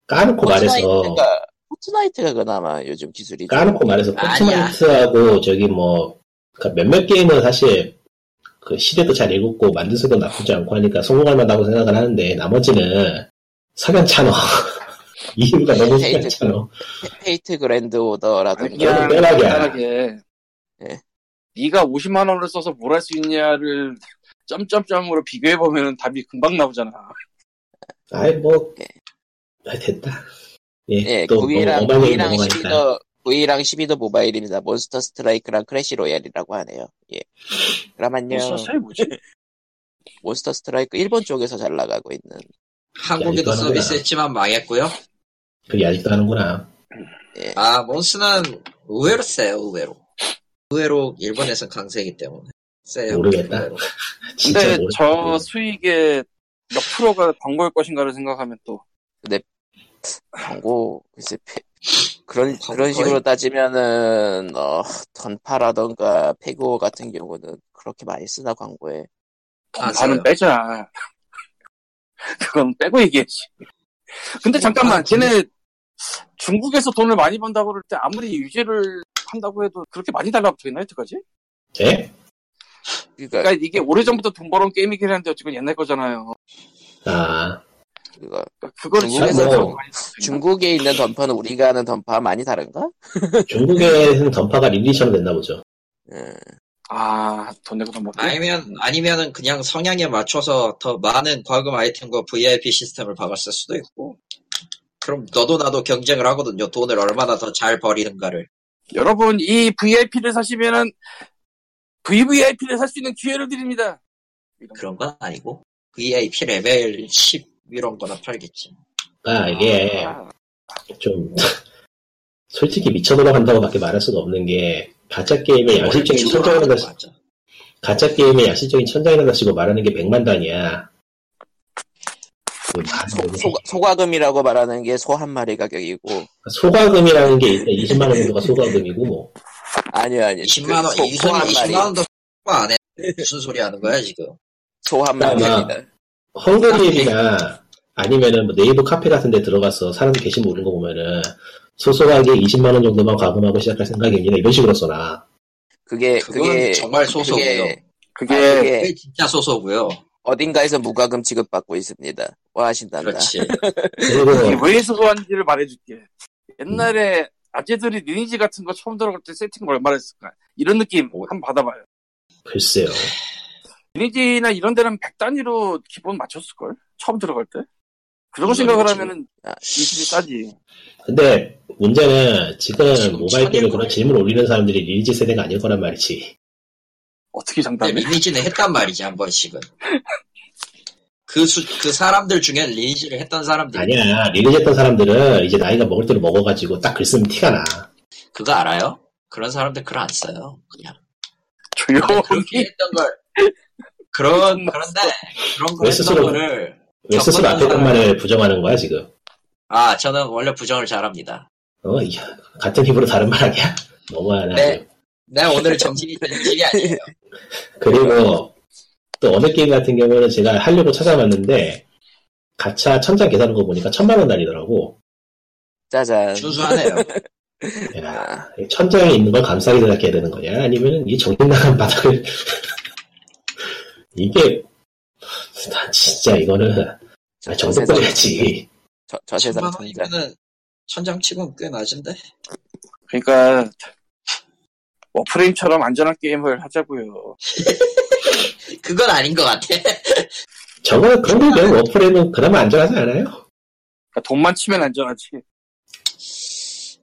Speaker 4: 까놓고 말해서
Speaker 1: 포트나이트가 포트나이트가 그나마 요즘 기술이 좀-
Speaker 4: 까놓고 말해서
Speaker 3: 아니야.
Speaker 4: 포트나이트하고 저기 뭐 그러니까 몇몇 게임은 사실 그 시대도 잘 읽었고 만든 수도 나쁘지 않고 하니까 성공할 만하다고 생각을 하는데 나머지는 석연찮어 이유가 너무
Speaker 1: 데이트.
Speaker 4: 석연찮어
Speaker 1: 페이트 그랜드 오더라든가
Speaker 4: 그냥 빼박이야.
Speaker 2: 간단하게.
Speaker 1: 예.
Speaker 2: 네가 50만 원을 써서 뭘 할 수 있냐를 점점점으로 비교해 보면 답이 금방 나오잖아.
Speaker 4: 아이 뭐
Speaker 1: 네.
Speaker 4: 아, 됐다
Speaker 1: 예,
Speaker 4: 예또 너무
Speaker 1: 9위랑
Speaker 4: 엉망이
Speaker 1: 9위랑
Speaker 4: 넘어가니까
Speaker 1: 12도 9위랑 12도 모바일입니다. 몬스터 스트라이크랑 크래시 로얄이라고 하네요. 예. 그럼 안녕.
Speaker 2: 소셜 뭐지?
Speaker 1: 몬스터 스트라이크 일본 쪽에서 잘 나가고 있는
Speaker 3: 한국에도
Speaker 4: 이거는
Speaker 3: 서비스했지만 망했고요.
Speaker 4: 그게 아직도 하는구나
Speaker 3: 아 몬스는 의외로 세요 의외로. 의외로 일본에선 강세이기 때문에 세요.
Speaker 4: 모르겠다.
Speaker 3: 의외로.
Speaker 4: 진짜
Speaker 2: 근데 저
Speaker 4: 모르겠어.
Speaker 2: 수익의 몇 프로가 광고일 것인가를 생각하면 또
Speaker 1: 광고 글쎄 페- 그런
Speaker 3: 광고
Speaker 1: 그런 식으로
Speaker 3: 아, 거의-
Speaker 1: 따지면은 어, 던파라던가 페고 같은 경우는 그렇게 많이 쓰나 광고에
Speaker 3: 아,
Speaker 2: 나는
Speaker 3: 써요.
Speaker 2: 빼자. 그건 빼고 얘기했지. 근데
Speaker 4: 아,
Speaker 2: 잠깐만, 걔네 중국에서 돈을 많이 번다고 그럴 때 아무리 유지를 한다고 해도 그렇게 많이 달라붙어 있나, 여태까지?
Speaker 4: 예?
Speaker 1: 그러니까
Speaker 2: 그러니까 이게 오래전부터 돈 벌어온 게임이긴 한데 어쨌건 옛날 거잖아요.
Speaker 4: 아
Speaker 1: 그거
Speaker 2: 그러니까 그거를
Speaker 1: 중국에서
Speaker 2: 지금까지
Speaker 4: 뭐,
Speaker 2: 많이 쓰고 있나?
Speaker 1: 중국에 있는 던파는 우리가 아는 던파 많이 다른가?
Speaker 4: 중국에는 던파가 릴리처럼 됐나 보죠
Speaker 1: 예.
Speaker 2: 아, 돈 내고 돈
Speaker 3: 네.
Speaker 2: 먹고.
Speaker 3: 아니면 아니면은 그냥 성향에 맞춰서 더 많은 과금 아이템과 VIP 시스템을 박았을 수도 있고. 그럼 너도 나도 경쟁을 하거든요. 돈을 얼마나 더 잘 버리는가를.
Speaker 2: 여러분, 이 VIP를 사시면은 VVIP를 살 수 있는 기회를 드립니다.
Speaker 3: 그런 건 아니고 VIP 레벨 10 이런 거나 팔겠지.
Speaker 4: 아 이게
Speaker 2: 아,
Speaker 4: 좀 솔직히 미쳐 돌아간다고 밖에 말할 수가 없는 게 가짜
Speaker 3: 네,
Speaker 4: 게임의
Speaker 3: 뭐
Speaker 4: 양심적인 천장이라는 것
Speaker 3: 맞아.
Speaker 4: 가짜 게임의 양심적인 천장이라는 것이고 말하는 게 백만단이야 그 말은
Speaker 1: 소, 소과금이라고 말하는 게 소 한 마리 가격이고
Speaker 4: 소과금이라는 게 일단 20만 원 정도가 소과금이고 뭐.
Speaker 1: 아니요 아니요 그
Speaker 3: 20만 원,
Speaker 1: 소-
Speaker 3: 이
Speaker 1: 소
Speaker 3: 손이
Speaker 1: 한
Speaker 3: 20만
Speaker 1: 마리
Speaker 3: 원도 안 해. 무슨 소리 하는 거야 지금?
Speaker 1: 소 한 마리입니다.
Speaker 4: 헝가리나 아니면은 뭐 네이버 카페 같은 데 들어가서 사람 게시 모르는 거 보면은 소소하게 20만 원 정도만 과금하고 시작할 생각입니다 이런 식으로 써놔
Speaker 1: 그게
Speaker 3: 그건
Speaker 1: 네, 그게
Speaker 3: 정말 소소고요.
Speaker 1: 그게,
Speaker 2: 그게
Speaker 1: 아, 그게
Speaker 3: 그게 진짜 소소고요.
Speaker 1: 어딘가에서 무과금 취급받고 있습니다. 와 하신단다.
Speaker 3: 그렇지.
Speaker 2: 이게
Speaker 4: 그리고
Speaker 2: 왜 소소한지를 말해줄게. 옛날에 아재들이 리니지 같은 거 처음 들어갈 때 세팅을 얼마나 했을까? 이런 느낌 한번 받아봐요.
Speaker 4: 글쎄요
Speaker 2: 리니지나 이런 데는 100단위로 기본 맞췄을걸? 처음 들어갈 때? 그런 거 생각을
Speaker 1: 그렇지.
Speaker 2: 하면은 20이 싸지.
Speaker 4: 근데 문제는 지금
Speaker 3: 지금
Speaker 4: 모바일 게임에
Speaker 3: 천일
Speaker 4: 그런 질문 올리는 사람들이 릴지 세대가 아닐 거란 말이지.
Speaker 2: 어떻게
Speaker 3: 근데
Speaker 4: 네.
Speaker 2: 장담해?
Speaker 3: 리니지는 했단 말이지 한 번씩은. 그 수, 그 사람들 중에 리니지를 했던 사람들. 이
Speaker 4: 아니야. 릴지 했던 사람들은 이제 나이가 먹을 대로 먹어가지고 딱 글 쓰면 티가 나.
Speaker 3: 그거 알아요? 그런 사람들 글 안 써요. 그냥. 근데 네. 그렇게
Speaker 2: 조용히.
Speaker 3: 했던 걸. 그런, 그런데, 그런 걸
Speaker 4: 왜
Speaker 3: 했던
Speaker 4: 스스로-
Speaker 3: 거를.
Speaker 4: 왜 스스로 앞에
Speaker 3: 정말
Speaker 4: 단 말을 부정하는 거야, 지금?
Speaker 3: 아, 저는 원래 부정을 잘합니다.
Speaker 4: 어, 이게 같은 입으로 다른 말 하냐? 너무하네.
Speaker 3: 네. 내가 오늘 정신이 정신이 아니에요.
Speaker 4: 그리고 또 어느 게임 같은 경우는 제가 하려고 찾아봤는데 가차 천장 계산한 거 보니까 천만 원 단위더라고. 음.
Speaker 1: 짜잔. 아,
Speaker 3: 준수하네요.
Speaker 4: 야, 이 천장에 있는 걸 감싸게 생각해야 되는 거냐? 아니면 이 정신나간 바닥을 이게 난 진짜 이거는 아, 정석 버려야지.
Speaker 1: 저, 저 세상
Speaker 3: 10만
Speaker 1: 천장.
Speaker 3: 원이면은 천장 치고는 꽤 낮은데?
Speaker 2: 그러니까 워프레임처럼 안전한 게임을 하자고요. 그러니까
Speaker 3: 그건 아닌 것 같아.
Speaker 4: 저거는 그런 걸 배운 워프레임은 그나마 안전하지 않아요?
Speaker 2: 그러니까 돈만 치면 안전하지.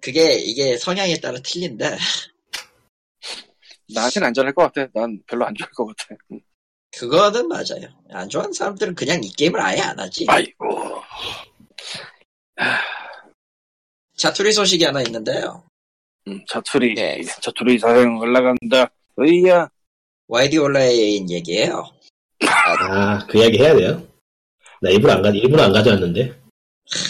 Speaker 3: 그게 이게 성향에 따라 틀린데
Speaker 2: 나한테는 안전할 것 같아. 난 별로 안 좋을 것 같아.
Speaker 3: 그거는 맞아요. 안 좋아하는 사람들은 그냥 이 게임을 아예 안 하지.
Speaker 2: 아이고.
Speaker 3: 자투리 소식이 하나 있는데요.
Speaker 2: 음, 자투리.
Speaker 1: 예.
Speaker 2: 자투리 사용 올라간다. 으이야.
Speaker 3: 와이디올라의 애인 얘기예요.
Speaker 4: 아, 그 이야기 해야 돼요? 나 일부러 안 가, 일부러 안 가져왔는데.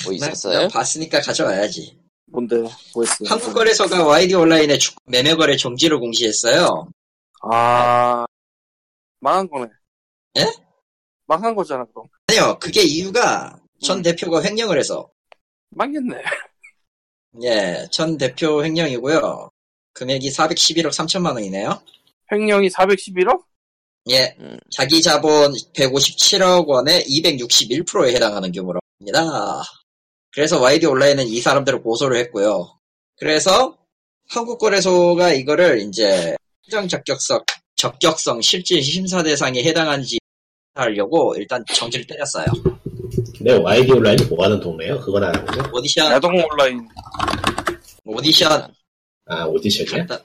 Speaker 1: 뭐
Speaker 3: 나-
Speaker 1: 있었어요?
Speaker 3: 나 봤으니까 가져와야지.
Speaker 2: 뭔데? 뭐 했어?
Speaker 3: 한국거래소가 와이디 온라인의 주- 매매거래 정지를 공시했어요.
Speaker 2: 아, 망한 거네.
Speaker 3: 예?
Speaker 2: 망한 거잖아, 그럼.
Speaker 3: 아니요, 그게 이유가 전
Speaker 2: 음.
Speaker 3: 대표가 횡령을 해서
Speaker 2: 망했네.
Speaker 3: 예, 전 대표 횡령이고요. 금액이 411억 3천만 원이네요.
Speaker 2: 횡령이 411억?
Speaker 3: 예,
Speaker 1: 음.
Speaker 3: 자기 자본 157억 원의 261%에 해당하는 규모로 합니다. 그래서 YD 온라인은 이 사람들을 고소를 했고요. 그래서 한국거래소가 이거를 이제 시장 적격성, 적격성 실질 심사 대상에 해당한지 하려고 일단 정지를 때렸어요.
Speaker 4: 근데 YD 온라인이 뭐 하는 동네예요? 그건 안 하는데.
Speaker 1: 아.
Speaker 3: 오디션,
Speaker 2: 야동 온라인.
Speaker 3: 오디션,
Speaker 4: 아, 오디션이야?
Speaker 3: 간단-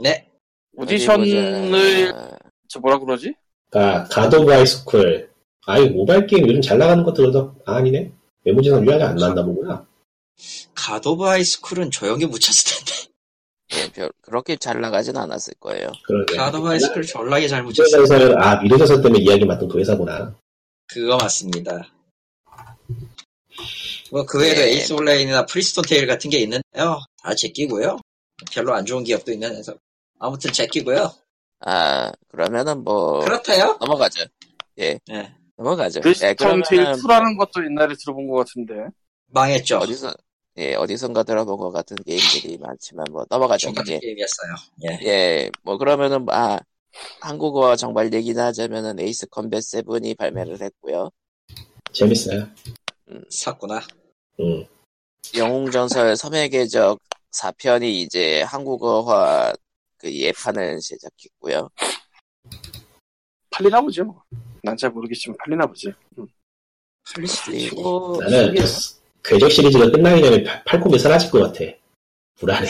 Speaker 3: 네,
Speaker 2: 오디션을,
Speaker 1: 아,
Speaker 2: 저 뭐라 그러지?
Speaker 4: 그니까, 아, 가드 오브 하이스쿨. 아이, 모바일 게임 요즘 잘 나가는 것도 그래서, 아, 아니네. 외모지상 유학이 안 나왔나 보구나.
Speaker 3: 갓 오브 하이스쿨은 조용히 묻혔을 텐데.
Speaker 1: 예, 별- 그렇게 잘 나가진 않았을 거예요.
Speaker 4: 그러네.
Speaker 3: 갓 오브 하이스쿨 전락이 잘
Speaker 4: 미래자
Speaker 3: 묻혔어요.
Speaker 4: 회사는, 아, 미래자사 때문에 이야기 맡은 그 회사구나.
Speaker 3: 그거 맞습니다. 뭐 그 외에도
Speaker 1: 예.
Speaker 3: 에이스 온라인이나 프리스톤 테일 같은 게 있는데요. 다 제끼고요. 별로 안 좋은 기업도 있는 해서 아무튼 제끼고요.
Speaker 1: 아, 그러면은 뭐,
Speaker 3: 그렇다요.
Speaker 1: 넘어가죠. 예.
Speaker 3: 예.
Speaker 1: 넘어가죠. 예,
Speaker 2: 크리스톤 테일
Speaker 1: 그러면은
Speaker 2: 2라는 것도 옛날에 들어본 것 같은데.
Speaker 3: 망했죠.
Speaker 1: 어디서, 예, 어디선가 들어본 것 같은 게임들이 많지만, 뭐, 넘어가죠.
Speaker 3: 똑같은
Speaker 1: 예.
Speaker 3: 게임이었어요. 예.
Speaker 1: 예, 뭐, 그러면은, 아, 한국어 정발 얘기나 하자면은 에이스 컴뱃 세븐이 발매를 했고요.
Speaker 4: 재밌어요.
Speaker 3: 샀구나.
Speaker 1: 그
Speaker 4: 음.
Speaker 1: 영웅전설 섬의계적 4편이 이제 한국어화 그 예판을 제작했고요.
Speaker 2: 팔리나 보지 뭐. 난 잘 모르겠지만 팔리나 보지.
Speaker 1: 그리고
Speaker 4: 나는, 그 궤적 시리즈가 끝나기 전에 팔- 팔콤이 사라질 것 같아. 불안해.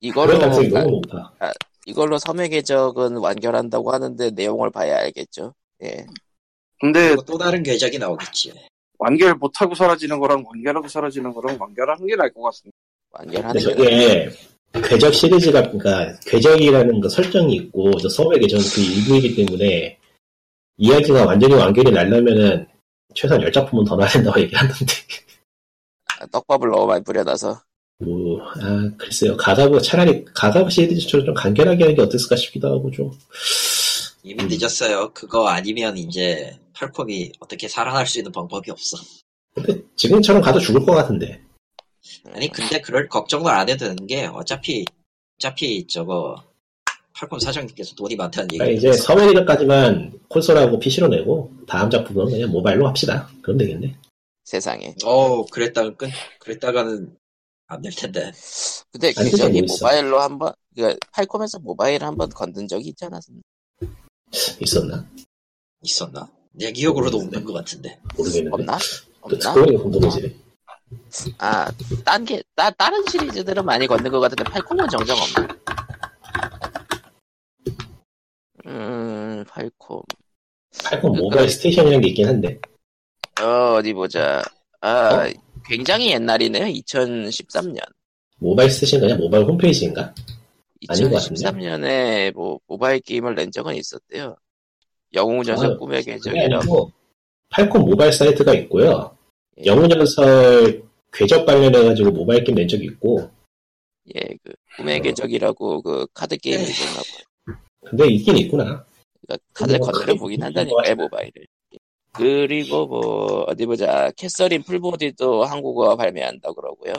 Speaker 1: 이걸로
Speaker 4: 그럴 가능성이
Speaker 1: 아,
Speaker 4: 그러니까 너무 높아.
Speaker 1: 이걸로 섬의계적은 완결한다고 하는데 내용을 봐야 알겠죠. 예,
Speaker 2: 근데
Speaker 3: 그리고 또 다른 궤적이 나오겠지.
Speaker 2: 완결 못하고 사라지는 거랑 완결하고 사라지는 거랑 완결하는 게 나을 것 같습니다.
Speaker 4: 근데
Speaker 1: 완결하는 게
Speaker 4: 저게, 예. 궤적 시리즈가, 그러니까, 궤적이라는 그 설정이 있고, 저 서버의 계정은 그 일부이기 때문에, 이야기가 완전히 완결이 날려면은, 최소한 열 작품은 더 나야 된다고 얘기하는데.
Speaker 1: 아, 떡밥을 너무 많이 뿌려놔서
Speaker 4: 뭐, 아, 글쎄요. 가가부, 차라리, 가가부 시리즈처럼 좀 간결하게 하는 게 어땠을까 싶기도 하고, 좀.
Speaker 3: 이미
Speaker 4: 음.
Speaker 3: 늦었어요. 그거 아니면 이제 팔콤이 어떻게 살아날 수 있는 방법이 없어.
Speaker 4: 지금처럼 가도 죽을 것 같은데.
Speaker 3: 아니 근데 그럴 걱정을 안 해도 되는 게 어차피 어차피 저거 팔콤 사장님께서 돈이 많다는
Speaker 4: 그러니까
Speaker 1: 예,
Speaker 3: 얘기.
Speaker 4: 이제 서웨이력까지만 콘솔하고 PC로 내고, 다음 작품은 그냥 모바일로 합시다. 그럼 되겠네.
Speaker 1: 세상에.
Speaker 3: 어 그랬다가 끈 그랬다가는 안 될 텐데
Speaker 1: 근데
Speaker 4: 아니,
Speaker 1: 기존이
Speaker 4: 그게 있어.
Speaker 1: 모바일로 한번 그 팔콤에서 모바일 한번 건든 적이 있지 않았습니까?
Speaker 4: 있었나?
Speaker 3: 있었나? 내 기억으로도 없는 것 같은데
Speaker 4: 모르겠는데.
Speaker 1: 없나?
Speaker 4: 또
Speaker 1: 아, 없나?
Speaker 4: 특별히 궁금해지네.
Speaker 1: 아, 딴 게, 따, 다른 시리즈들은 많이 걷는 것 같은데, 팔콤은 정작 없나? 음, 팔콤. 음.
Speaker 4: 팔콘 모바일 스테이션이라는 게 있긴 한데.
Speaker 1: 어, 어디 보자.
Speaker 4: 어?
Speaker 1: 아, 굉장히 옛날이네요. 2013년.
Speaker 4: 모바일 스테이션 그냥 모바일 홈페이지인가? 아닌 것 같은데?
Speaker 1: 2013년에 뭐, 모바일 게임을 낸 적은 있었대요. 영웅전설
Speaker 4: 아,
Speaker 1: 꿈의
Speaker 4: 그게
Speaker 1: 계적이라고.
Speaker 4: 아니고, 팔콘 모바일 사이트가 있고요.
Speaker 1: 예,
Speaker 4: 영웅전설 궤적 관련해가지고 모바일 게임 낸 적이 있고,
Speaker 1: 예, 그, 꿈의 계적이라고 그 카드 게임이
Speaker 3: 에이.
Speaker 1: 있었나 봐요.
Speaker 4: 근데 있긴 있구나.
Speaker 1: 그러니까 카드를
Speaker 4: 그거
Speaker 1: 건드려
Speaker 4: 그-
Speaker 1: 보긴
Speaker 4: 그거
Speaker 1: 한다니까요,
Speaker 4: 하지.
Speaker 1: 모바일을. 그리고 뭐, 어디 보자. 캐서린 풀보디도 한국어 발매한다 그러고요.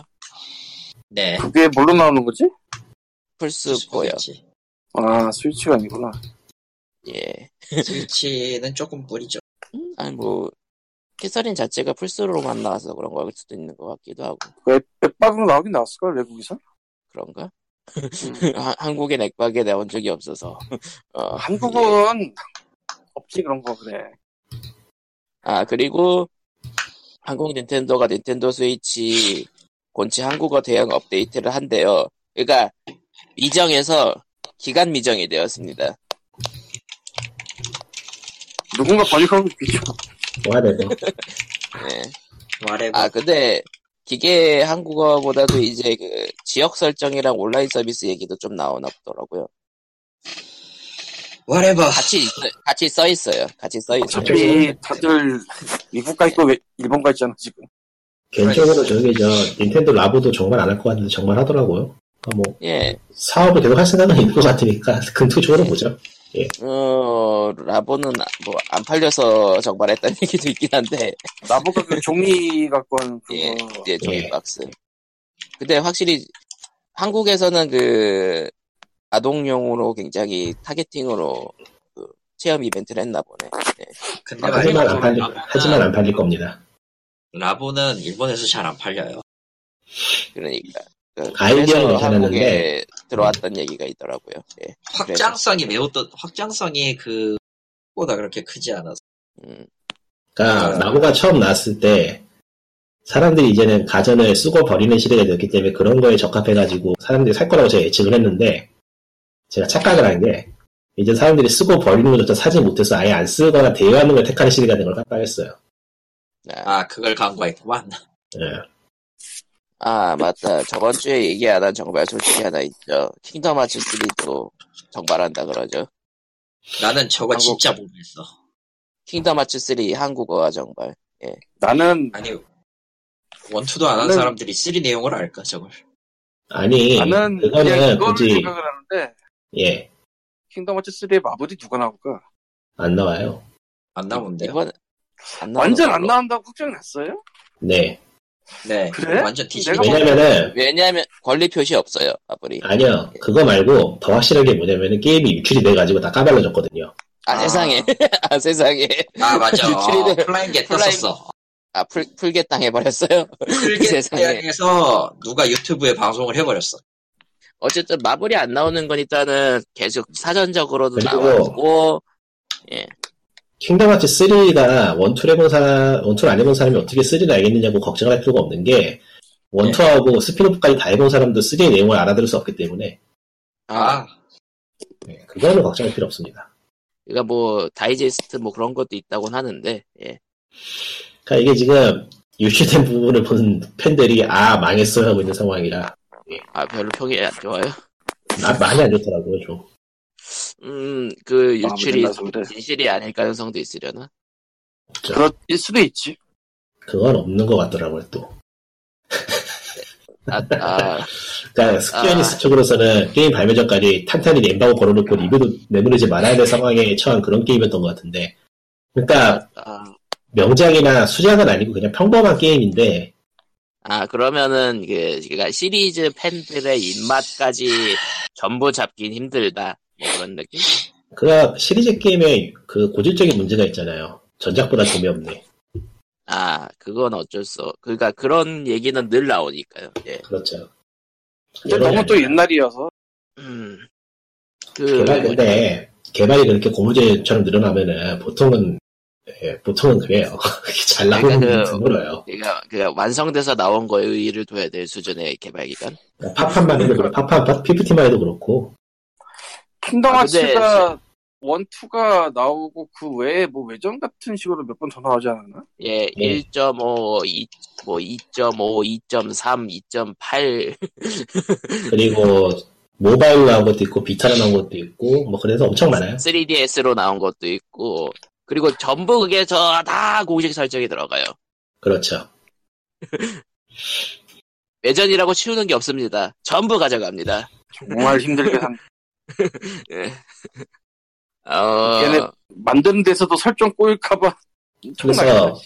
Speaker 3: 네.
Speaker 2: 그게 뭘로 나오는 거지?
Speaker 1: 플스 거요.
Speaker 3: 스위치.
Speaker 2: 아, 스위치가 아니구나.
Speaker 1: 예.
Speaker 3: 스위치는 조금 무리죠.
Speaker 1: 음, 아니 뭐 캐서린 자체가 플스로만 나와서 그런 거일 수도 있는 것 같기도 하고
Speaker 2: 왜, 백박으로 나오긴 나왔을걸, 외국에서?
Speaker 1: 그런가?
Speaker 4: 음.
Speaker 1: 하- 한국의 액박에 나온 적이 없어서 어, 예.
Speaker 2: 한국은 없지, 그런 거, 그래.
Speaker 1: 아 그리고 한국 닌텐도가 닌텐도 스위치 곤치 한국어 대응 업데이트를 한대요. 그러니까 미정에서 기간 미정이 되었습니다.
Speaker 2: 누군가 번역하고 있겠죠.
Speaker 4: 와대고
Speaker 1: 예.
Speaker 3: 말해봐.
Speaker 1: 아 근데 기계 한국어보다도 이제 그 지역 설정이랑 온라인 서비스 얘기도 좀 나오나 보더라고요.
Speaker 4: 그
Speaker 3: 말해봐.
Speaker 1: 같이 있- 같이 써 있어요. 같이 써 있어요.
Speaker 2: 어차피 다들 미국 가 있고 왜 일본 가 있잖아, 지금.
Speaker 4: 개인적으로 저기 저 닌텐도 라보도 정말 안 할 것 같은데 정말 하더라고요. 그러니까 뭐
Speaker 1: 예,
Speaker 4: 사업을 계속 할 생각은 있는 것 같으니까 근투적으로 보죠.
Speaker 1: 어 라보는 뭐 안 팔려서 정발했다는 얘기도 있긴 한데
Speaker 2: 나보고 그 종이 갖고 온 그거.
Speaker 1: 예, 이제
Speaker 4: 예.
Speaker 1: 종이박스. 근데 확실히 한국에서는 그 아동용으로 굉장히 타겟팅으로 그 체험 이벤트를 했나 보네. 예.
Speaker 2: 아,
Speaker 3: 근데
Speaker 4: 아, 하지만 안
Speaker 3: 말해봐.
Speaker 4: 팔릴 하지만 안 팔릴 겁니다.
Speaker 3: 라보는 일본에서 잘 안 팔려요.
Speaker 1: 그러니까 그
Speaker 4: 아이디어는
Speaker 1: 그래서
Speaker 4: 괜찮았는데.
Speaker 1: 한국에 들어왔던 얘기가 있더라고요. 예.
Speaker 3: 확장성이 매우 또 확장성이 그 보다 그렇게 크지 않아서
Speaker 1: 음,
Speaker 4: 그러니까 라보가 처음 나왔을 때 사람들이 이제는 가전을 쓰고 버리는 시대가 되었기 때문에 그런 거에 적합해가지고 사람들이 살 거라고 제가 예측을 했는데 제가 착각을 한 게 이제 사람들이 쓰고 버리는 것조차 사지 못해서 아예 안 쓰거나 대여하는 걸 택하는 시대가 된 걸 깜빡했어요.
Speaker 1: 아,
Speaker 3: 아 그걸 광고했구만.
Speaker 4: 예.
Speaker 1: 아, 맞다. 저번 주에 얘기 안 한 정발 솔직히 하나 있죠. 킹덤 아츠 3도 정발한다 그러죠.
Speaker 3: 나는 저거
Speaker 1: 광고-
Speaker 3: 진짜 모르겠어.
Speaker 1: 킹덤 아츠 3 한국어화 정발.
Speaker 2: 나는,
Speaker 3: 아니 원투도 안 한
Speaker 2: 나는-
Speaker 3: 사람들이 쓰리 내용을 알까 저걸.
Speaker 4: 아니
Speaker 2: 나는 그냥
Speaker 4: 예. 그거는
Speaker 2: 이걸
Speaker 4: 굳이
Speaker 2: 생각을 하는데,
Speaker 4: 예.
Speaker 2: 킹덤 하츠 3의 마블이 누가 나올까?
Speaker 4: 안 나와요.
Speaker 3: 안 나오는데요.
Speaker 1: 이번 안 나오는
Speaker 2: 완전 안
Speaker 1: 걸로.
Speaker 2: 나온다고 걱정이 났어요?
Speaker 4: 네.
Speaker 3: 네.
Speaker 2: 그래?
Speaker 3: 완전 뒤집어.
Speaker 2: 내가
Speaker 1: 네.
Speaker 4: 왜냐면은
Speaker 1: 왜냐하면 권리 표시 없어요, 아무리.
Speaker 4: 아니요 그거 말고 더 확실하게 뭐냐면은 게임이 유출이 돼가지고 다 까발려졌거든요.
Speaker 1: 아, 세상에. 아, 세상에.
Speaker 3: 아 맞아. 어,
Speaker 1: 유출이네.
Speaker 3: 플라잉 게
Speaker 1: 플라잉.
Speaker 3: 떴었어.
Speaker 1: 아, 풀, 풀게 당해버렸어요.
Speaker 3: 풀게
Speaker 1: 세상에.
Speaker 3: 대항에서 누가 유튜브에 방송을 해버렸어.
Speaker 1: 어쨌든 마블이 안 나오는 거니까는 계속 사전적으로도
Speaker 4: 그리고-
Speaker 1: 나왔고,
Speaker 4: 킹덤 하츠 3가 원투를 해본 사람, 원투를 안 해본 사람이 어떻게 3를 알겠느냐고 걱정할 필요가 없는 게, 원투하고 스피노프까지 다 해본 사람도 3의 내용을 알아들을 수 없기 때문에,
Speaker 1: 아,
Speaker 3: 아
Speaker 4: 네, 그거는 걱정할 필요 없습니다.
Speaker 1: 그러니까 뭐 다이제스트 뭐 그런 것도 있다곤 하는데, 예.
Speaker 4: 그러니까 이게 지금 유출된 부분을 본 팬들이, 아, 망했어 하고 있는 상황이라,
Speaker 1: 아, 별로 평이 안 좋아요.
Speaker 4: 나 많이 안 좋더라고요, 좀.
Speaker 1: 음, 그 유출이
Speaker 2: 나서 그래.
Speaker 1: 진실이 아닐 가능성도 있으려나?
Speaker 2: 그럴 수도 있지.
Speaker 4: 그건 없는 것 같더라고요, 또.
Speaker 1: 아, 아,
Speaker 4: 그러니까 스퀘어닉스 쪽으로서는 게임 발매 전까지 탄탄히 엠바고 걸어놓고 리뷰도 내보내지 말아야 될 상황에 처한 그런 게임이었던 것 같은데, 그러니까
Speaker 1: 아,
Speaker 4: 명작이나 수작은 아니고 그냥 평범한 게임인데
Speaker 1: 아, 그러면은 그 그러니까 시리즈 팬들의 입맛까지 전부 잡긴 힘들다. 뭐 그런 느낌?
Speaker 4: 그가 시리즈 게임의 그 고질적인 문제가 있잖아요. 전작보다 재미없네.
Speaker 1: 아, 그건 어쩔 수. 없- 그러니까 그런 얘기는 늘 나오니까요. 예.
Speaker 4: 그렇죠.
Speaker 2: 근데 너무 또 옛날이어서.
Speaker 1: 음. 그
Speaker 4: 개발 근데 개발이 그렇게 고무줄처럼 늘어나면은 보통은 예, 보통은 그래요. 잘 나오는
Speaker 1: 그러니까
Speaker 4: 건
Speaker 1: 그-
Speaker 4: 드물어요.
Speaker 1: 그러니까 그 완성돼서 나온 거에 의의를 둬야 될 수준의 개발 기간.
Speaker 4: 그러니까 팝판만 해도 그렇고 팝판 팝- PPT만 해도 그렇고
Speaker 2: 킹덤
Speaker 1: 아,
Speaker 2: 하츠가 원, 투가 나오고 그 외에 뭐 외전 같은 식으로 몇 번 더 나오지 않았나?
Speaker 1: 예,
Speaker 4: 네.
Speaker 1: 1.5, 2, 뭐 2.5, 2.3, 2.8.
Speaker 4: 그리고 모바일로 나온 것도 있고 비타로 나온 것도 있고 뭐 그래서 엄청
Speaker 5: 그러니까
Speaker 4: 많아요.
Speaker 1: 3DS로 나온 것도 있고 그리고 전부 그게 저 다 공식 설정이 들어가요.
Speaker 4: 그렇죠.
Speaker 1: 외전이라고 치우는 게 없습니다. 전부 가져갑니다.
Speaker 2: 정말 힘들게 산.
Speaker 1: 어,
Speaker 2: 걔네- 만드는 데서도 설정 꼬일까봐. 엄청나게
Speaker 4: 그래서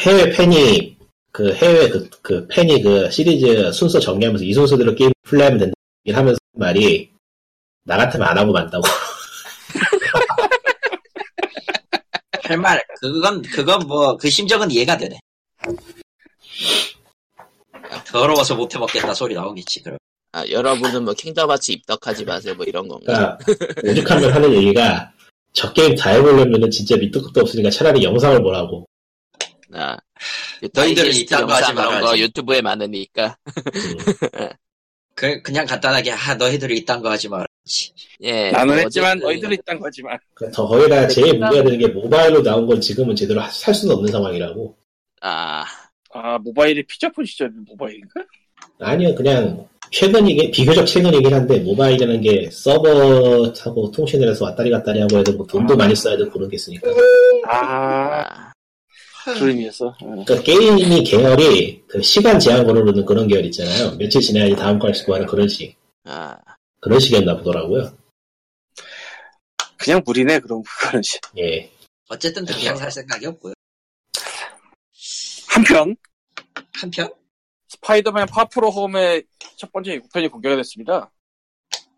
Speaker 4: 해외 팬이 그 해외 그, 그 팬이 그 시리즈 순서 정리하면서 이 순서대로 게임 플레이하면 된다 얘기를 하면서 한 말이 나 같으면 안 하고 만다고
Speaker 3: 할 말 그건 그건 뭐 그 심정은 이해가 되네. 아, 더러워서 못 해먹겠다 소리 나오겠지 그럼.
Speaker 5: 아, 여러분은 뭐 킹덤하츠 입덕하지 마세요 뭐 이런 건가?
Speaker 4: 그러니까 오죽하면 하는 얘기가 저 게임 다 해보려면은 진짜 밑도 끝도 없으니까 차라리 영상을 보라고
Speaker 5: 아,
Speaker 3: 너희들은
Speaker 5: 다이제스트
Speaker 3: 입덕 하지
Speaker 5: 영상 그런 거
Speaker 3: 말아야지.
Speaker 5: 유튜브에 많으니까
Speaker 4: 음.
Speaker 3: 그 그냥 간단하게 아 너희들이 이딴 거 하지 마.
Speaker 5: 예.
Speaker 2: 나는
Speaker 5: 뭐
Speaker 2: 했지만
Speaker 5: 어쨌든
Speaker 2: 너희들이 있단 거지만
Speaker 4: 그러니까 더 거기다 제일 문제가 되는 게 모바일로 나온 건 지금은 제대로 하- 살 수는 없는 상황이라고
Speaker 5: 아
Speaker 2: 아 모바일이 피자폰 시절 모바일인가?
Speaker 4: 아니요 그냥 최근이긴 비교적 최근이긴 한데 모바일이라는 게 서버하고 통신을 해서 왔다리 갔다리 하고 해도 뭐 돈도 많이 써야 되고 그런 게 있으니까
Speaker 2: 아
Speaker 5: 아,
Speaker 2: 그런 의미에서 어.
Speaker 4: 그러니까 게임이 계열이 그 시간 제한 걸어놓는 그런 계열 있잖아요 며칠 지나야지 다음 거 할 수 있고 하는 그런 식
Speaker 5: 아,
Speaker 4: 그런 식이었나 보더라고요
Speaker 2: 그냥 무리네 그런 그런 시.
Speaker 4: 예
Speaker 3: 어쨌든 당장 살 생각이 없고요.
Speaker 2: 한편
Speaker 3: 한편
Speaker 2: 스파이더맨 파프로 홈의 첫 번째 예고편이 공개가 됐습니다.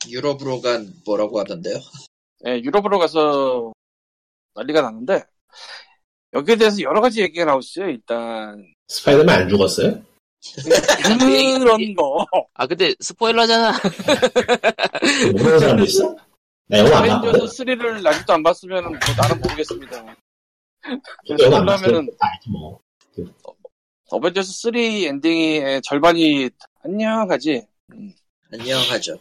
Speaker 3: 유럽으로 간 뭐라고 하던데요.
Speaker 2: 예, 유럽으로 가서 난리가 났는데 여기에 대해서 여러 가지 얘기가 나왔어요. 일단
Speaker 4: 스파이더맨 안 죽었어요?
Speaker 2: 그런 거
Speaker 5: 아 근데 스포일러잖아.
Speaker 4: 모르는 사람도 있어? 나 영화 안 봤거든
Speaker 2: 어벤져스 3를 아직도 안 봤으면 뭐 나는 모르겠습니다.
Speaker 4: 저도 영화 안 봤어요
Speaker 2: 그러면은-
Speaker 4: 다 알지 뭐
Speaker 2: 어벤져스 3 엔딩의 절반이 안녕하지.
Speaker 3: 안녕하죠.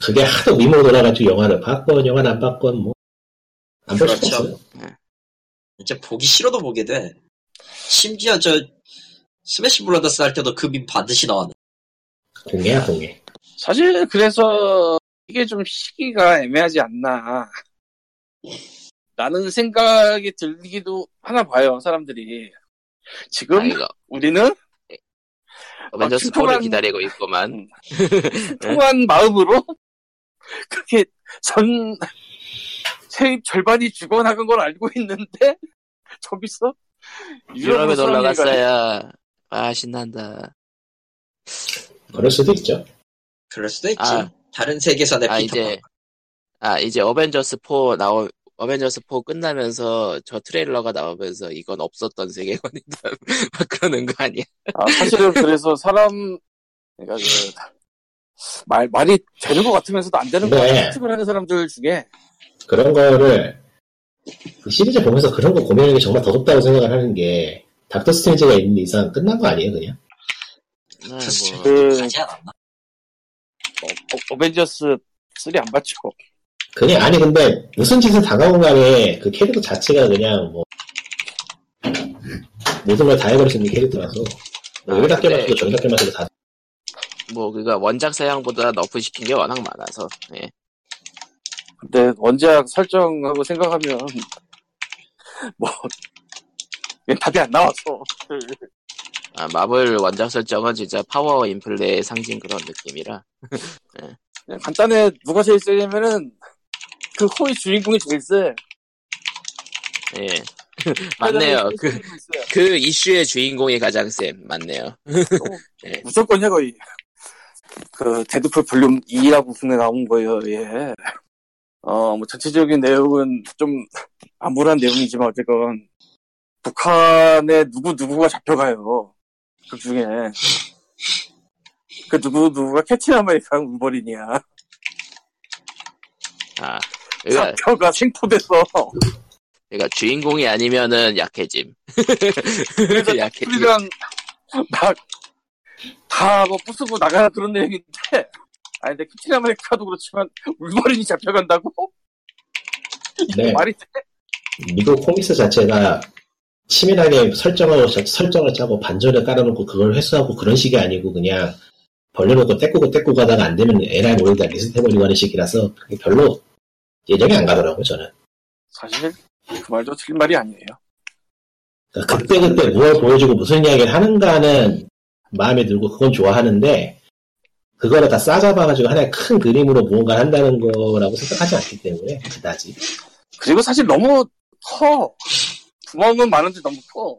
Speaker 4: 그게 하도 미모 돌아가지고 영화를 봤건 영화는 안 봤건 뭐 안 볼 수가
Speaker 3: 그렇죠.
Speaker 4: 없어요
Speaker 3: 이제 보기 싫어도 보게 돼. 심지어 저 스매시 블러더스 할 때도 그 밈 반드시 나왔네.
Speaker 4: 공개야 공개
Speaker 2: 사실 그래서 이게 좀 시기가 애매하지 않나. 라는 생각이 들기도 하나 봐요, 사람들이.
Speaker 5: 아,
Speaker 2: 지금
Speaker 5: 이거
Speaker 2: 우리는
Speaker 5: 먼저
Speaker 2: 아,
Speaker 5: 스포를
Speaker 2: 출동한-
Speaker 5: 기다리고 있구만. 네.
Speaker 2: 통한 마음으로 그렇게 전 세입 절반이 죽어나간 걸 알고 있는데 저기서
Speaker 5: 유럽에
Speaker 2: 사람이
Speaker 5: 놀러
Speaker 2: 이걸-
Speaker 5: 갔어요. 아 신난다.
Speaker 4: 그럴 수도 있죠
Speaker 3: 그럴 수도 있지.
Speaker 5: 아.
Speaker 3: 다른 세계선의
Speaker 5: 아
Speaker 3: 피터pan.
Speaker 5: 이제 아 이제 어벤져스 4 나오 어벤져스 4 끝나면서 저 트레일러가 나오면서 이건 없었던 세계관이다 막 그러는 거 아니야?
Speaker 2: 아, 사실은 그래서 사람 그러니까 그, 말 말이 되는 것 같으면서도 안 되는 것
Speaker 4: 네.
Speaker 2: 같은 을 하는 사람들 중에
Speaker 5: 네.
Speaker 4: 그런 거를 그 시리즈 보면서 그런 거 고민하는 게 정말 더럽다고 생각을 하는 게 닥터 스트레인지가 있는 이상 끝난 거 아니에요 그냥?
Speaker 5: 아,
Speaker 3: 그렇죠.
Speaker 5: 뭐,
Speaker 2: 그
Speaker 3: 가지 않았나?
Speaker 2: 어, 벤져스 3 안 봤죠.
Speaker 4: 그게 아니 근데 무슨 짓을 당하고 간에 그 캐릭터 자체가 그냥 뭐 모든 걸 다 해버릴 수 있는 캐릭터라서 뭐
Speaker 5: 아,
Speaker 4: 여기다
Speaker 5: 근데-
Speaker 1: 네.
Speaker 4: 껴맞고 저기다 껴맞고 다
Speaker 5: 뭐 그가 원작 사양보다 너프 시킨 게 워낙 많아서 예.
Speaker 2: 근데 원작 설정하고 생각하면 뭐 그냥 답이 안 나와서
Speaker 5: 아, 마블 원작 설정은 진짜 파워 인플레의 상징 그런 느낌이라
Speaker 2: 그냥 간단해 누가 제일 세냐면은 그 코의 주인공이 제일 세.
Speaker 5: 예 맞네요 그 그
Speaker 2: 제일 세.
Speaker 5: 이슈의 주인공이 가장 쌤 맞네요
Speaker 2: 무조건이야 거의. 그 데드풀 볼륨 2라고 분에 나온 거예요. 예. 어뭐 전체적인 내용은 좀 암울한 내용이지만 어쨌건 북한에 누구 누구가 잡혀가요. 그 중에 그 누구 누구가 캡틴 아메리카랑 울버린이야.
Speaker 5: 아
Speaker 1: 예.
Speaker 5: 그러니까,
Speaker 2: 잡혀가 생포됐어.
Speaker 5: 그러니까 주인공이 아니면은 약해짐
Speaker 2: 그래서
Speaker 5: 약해짐
Speaker 2: 그러니까 우리랑 막다뭐 부수고 나가라 그런 내용인데 아니 근데 캡틴 아메리카도 그렇지만 울버린이 잡혀간다고?
Speaker 4: 네.
Speaker 2: 말이 돼?
Speaker 4: 미국 코믹스 자체가 치밀하게 설정을 자- 설정을 짜고 반전을 깔아놓고 그걸 회수하고 그런 식이 아니고 그냥 벌려놓고 떼꾸고 떼꾸고 가다가 안 되면 에라이 모르다 리셋해버리고 하는 식이라서 그게 별로 예정이 안 가더라고요 저는
Speaker 2: 사실 그 말도 틀린 말이 아니에요.
Speaker 4: 그러니까 그때그때 무엇 보여주고 무슨 이야기를 하는가는 마음에 들고 그건 좋아하는데 그거를 다 싸잡아가지고 하나의 큰 그림으로 무언가 를 한다는 거라고 생각하지 않기 때문에 그다지
Speaker 2: 그리고 사실 너무 커. 구멍은 많은데 너무 커.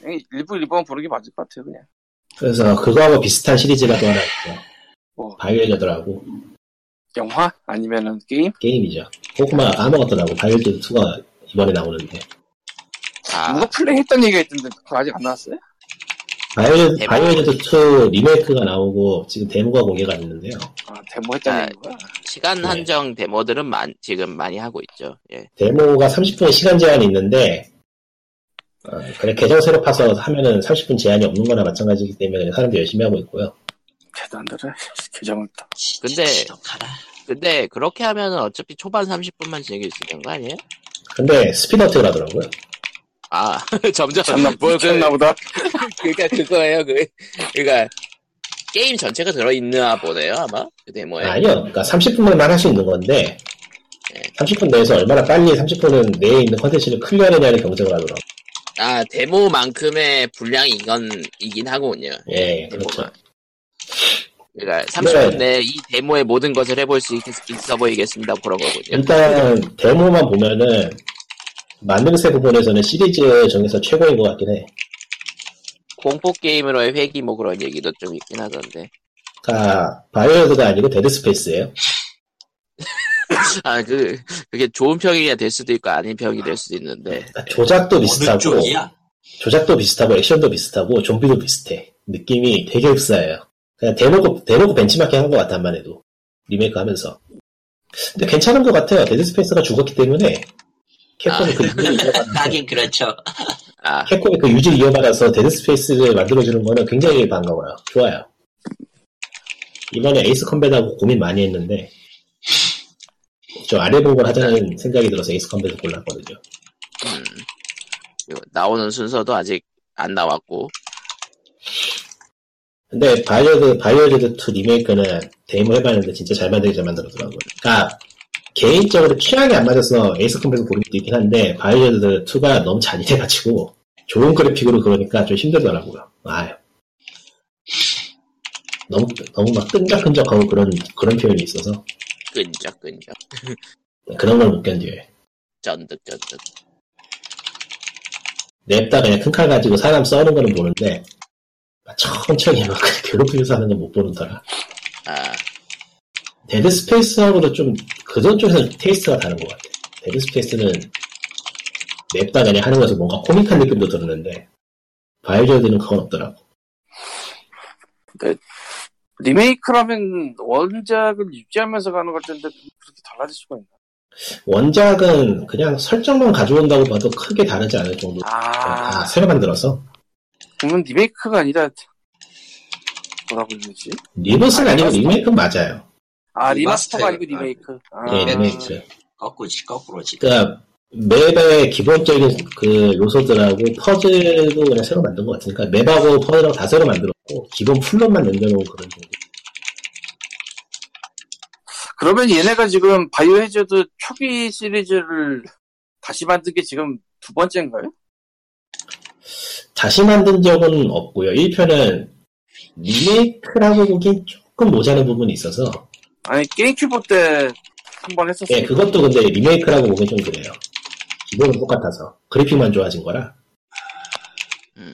Speaker 2: 그냥 일부 일부만 보는 게 맞을 것 같아요 그냥
Speaker 4: 그래서 그거하고 비슷한 시리즈가 또 하나 있죠.
Speaker 2: 뭐.
Speaker 4: 바이오저드라고
Speaker 2: 영화 아니면은 게임
Speaker 4: 게임이죠. 고구마 까먹었더라고. 바이오저드 2가 이번에 나오는데.
Speaker 2: 누가
Speaker 5: 아,
Speaker 2: 플레이했던 얘기가 있던데 그거 아직 안 나왔어요?
Speaker 4: 바이오저드,
Speaker 5: 데모.
Speaker 4: 바이오저드 2 리메이크가 나오고 지금 데모가 공개가 됐는데요.
Speaker 2: 아 데모 했다는
Speaker 5: 아,
Speaker 2: 얘기구나
Speaker 5: 시간
Speaker 4: 네.
Speaker 5: 한정 데모들은 많- 지금 많이 하고 있죠. 예.
Speaker 4: 데모가 30분의 시간 제한이 있는데 어, 그래 계정 새로 파서 하면은 30분 제한이 없는 거나 마찬가지이기 때문에 그냥 사람들이 열심히 하고 있고요.
Speaker 2: 대단들어 계정을 딱
Speaker 5: 근데-
Speaker 3: 지독하다.
Speaker 5: 근데 그렇게 하면은 어차피 초반 30분만 즐길 수 있는 거 아니에요?
Speaker 4: 근데 스피드업을 하더라고요.
Speaker 5: 아, 점점
Speaker 2: 미쳤나,
Speaker 5: 뭐 그-
Speaker 2: 미쳤나 보다
Speaker 5: 그러니까 그거예요. 그, 그러니까 게임 전체가 들어있나 보네요 아마 그 데모에.
Speaker 4: 아니요. 그러니까 30분만 할 수 있는 건데 30분 내에서 얼마나 빨리 30분은 내에 있는 컨텐츠를 클리어하느냐는 경쟁을 하더라고요.
Speaker 5: 아 데모만큼의 분량이 이건 이긴 하군요.
Speaker 4: 예, 그렇죠.
Speaker 5: 데모가. 그러니까 30분
Speaker 4: 네.
Speaker 5: 내에 이 데모의 모든 것을 해볼 수 있, 있어 보이겠습니다 그런 거군요.
Speaker 4: 일단 데모만 보면은 만듦새 부분에서는 시리즈 중에서 최고인 것 같긴 해.
Speaker 5: 공포 게임으로의 회귀 뭐 그런 얘기도 좀 있긴 하던데.
Speaker 4: 그러니까 바이오드가 아니고 데드 스페이스예요.
Speaker 5: 아 그 그게 좋은 평이 될 수도 있고 아닌 평이 될 수도 있는데.
Speaker 4: 그러니까 조작도
Speaker 3: 어느
Speaker 4: 비슷하고
Speaker 3: 쪽이야?
Speaker 4: 조작도 비슷하고 액션도 비슷하고 좀비도 비슷해. 느낌이 되게 흡사해요. 그냥 대놓고 대놓고 벤치마킹 한 것 같아 한만 해도 리메이크 하면서. 근데 괜찮은 것 같아요. 데드 스페이스가 죽었기 때문에 캡콤이
Speaker 5: 아.
Speaker 4: 그 유지를 이어받아서
Speaker 3: 하긴 그렇죠.
Speaker 5: 아
Speaker 4: 캡콤이 그 유지를 이어받아서 데드 스페이스를 만들어주는 거는 굉장히 반가워요. 좋아요. 이번에 에이스 컴뱃하고 고민 많이 했는데 좀 아래 보고 하자는 생각이 들어서 에이스 컴뱃을 골랐거든요.
Speaker 5: 음. 이거 나오는 순서도 아직 안 나왔고.
Speaker 4: 근데 바이오드 바이오드 2 리메이크는 데모 해봤는데 진짜 잘 만들게 잘 만들었더라고요. 그러니까 개인적으로 취향이 안 맞아서 에이스 컴뱃을 고른 것도 있긴 한데 바이오드 2가 너무 잔인해가지고 좋은 그래픽으로 그러니까 좀 힘들더라고요. 아 너무 너무 막 끈적끈적하고 그런 그런 표현이 있어서
Speaker 5: 끈적끈적
Speaker 4: 그런 걸 못 견뎌요.
Speaker 5: 전득전득
Speaker 4: 냅다 그냥 큰 칼 가지고 사람 써는 거는 보는데 막 천천히 막 괴롭히면서 하는 건 못 보는더라.
Speaker 5: 아
Speaker 4: 데드 스페이스하고도 좀 그전 쪽에서 테이스트가 다른 것 같아. 데드 스페이스는 냅다 그냥 하는 거에서 뭔가 코믹한 느낌도 들었는데 바이오저드는 그건 없더라고.
Speaker 2: 리메이크라면 원작을 유지하면서 가는 것 같은데 그렇게 달라질 수가 있나
Speaker 4: 원작은 그냥 설정만 가져온다고 봐도 크게 다르지 않을 정도.
Speaker 2: 아,
Speaker 4: 다 새로 만들어서
Speaker 2: 그러면 리메이크가 아니라 뭐라고 그러지?
Speaker 4: 리버스가 아니고 리메이크 는 맞아요.
Speaker 2: 아
Speaker 3: 리마스터.
Speaker 2: 리마스터가 아니고 리메이크 아,
Speaker 4: 예,
Speaker 3: 네.
Speaker 4: 리메이크.
Speaker 3: 거꾸로, 거꾸로 지금.
Speaker 4: 그러니까 맵의 기본적인 그 요소들하고 퍼즐도 그냥 새로 만든 것 같으니까 맵하고 퍼즐하고 다 새로 만들었고 기본 플롯만 남겨놓은 그런 정도.
Speaker 2: 그러면 얘네가 지금 바이오 해저드 초기 시리즈를 다시 만든 게 지금 두 번째인가요?
Speaker 4: 다시 만든 적은 없고요. 1편은 리메이크라고 보기엔 조금 모자란 부분이 있어서
Speaker 2: 아니 게임큐브 때 한 번 했었어요
Speaker 4: 예, 그것도 근데 리메이크라고 보기엔 좀 그래요. 기본은 똑같아서 그래픽만 좋아진 거라
Speaker 5: 음.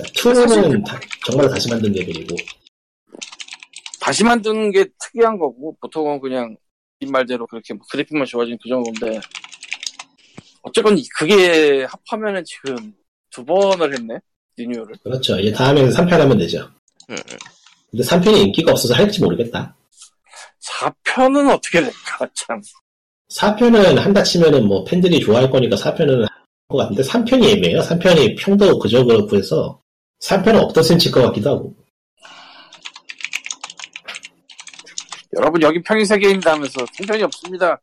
Speaker 5: 아,
Speaker 4: 투는
Speaker 5: 그
Speaker 4: 정말 다시 만든 레벨이고
Speaker 2: 다시 만든 게 특이한 거고 보통은 그냥 이 말대로 그렇게 뭐 그래픽만 좋아지는 그 정도인데 어쨌건 이- 그게 합하면은 지금 두 번을 했네 리뉴얼을
Speaker 4: 그렇죠. 이제 다음에는 3편 하면 되죠.
Speaker 5: 음,
Speaker 4: 근데 3편이 인기가 없어서 할지 모르겠다.
Speaker 2: 4편은 어떻게 될까 참
Speaker 4: 4편은 한다 치면은 뭐 팬들이 좋아할 거니까 4편은 할것 같은데 3편이 애매해요. 3편이 평도 그저 그렇고 해서 3편은 없던 칠 것 같기도 하고
Speaker 2: 여러분 여기 평행세계입니다 하면서 생편이 없습니다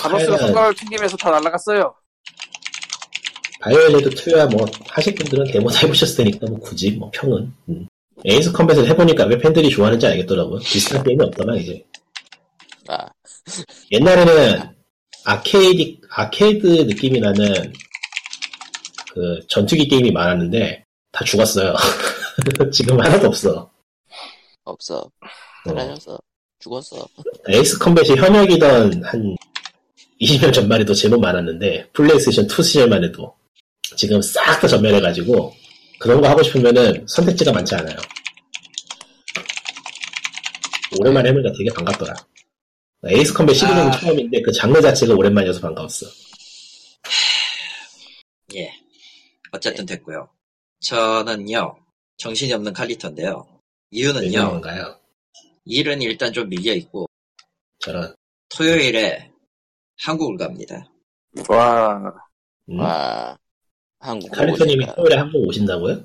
Speaker 2: 바로스가
Speaker 4: 하여간-
Speaker 2: 손가락을 튕기면서 다 날아갔어요
Speaker 4: 바이오레드 2야 뭐 하실 분들은 데모 다 해보셨을 테니까 뭐 굳이 뭐 평은 음. 에이스 컴뱃을 해보니까 왜 팬들이 좋아하는지 알겠더라고요 비슷한 게임이 없다만 이제
Speaker 5: 아,
Speaker 4: 옛날에는 아케이드 아케이드 느낌이 나는 그 전투기 게임이 많았는데 다 죽었어요 지금 하나도 없어
Speaker 5: 없어
Speaker 4: 어.
Speaker 5: 사라졌어 죽었어
Speaker 4: 에이스 컴뱃이 현역이던 한 20년 전만 해도 제법 많았는데 플레이스테이션 2 시절만 해도 지금 싹 다 전멸해가지고 그런 거 하고 싶으면은 선택지가 많지 않아요. 오랜만에 해보니까 되게 반갑더라. 에이스 컴뱃 시리즈는
Speaker 3: 아.
Speaker 4: 처음인데 그 장르 자체가 오랜만이어서 반가웠어.
Speaker 3: 예. 어쨌든 됐고요. 저는요, 정신이 없는 칼리터인데요. 이유는요,
Speaker 4: 유명한가요?
Speaker 3: 일은 일단 좀 밀려있고,
Speaker 4: 저런.
Speaker 3: 뭐 토요일에 한국을 갑니다.
Speaker 2: 와,
Speaker 4: 음.
Speaker 5: 와 아, 한국
Speaker 4: 칼리터님이
Speaker 5: 오니까
Speaker 4: 토요일에 한국 오신다고요?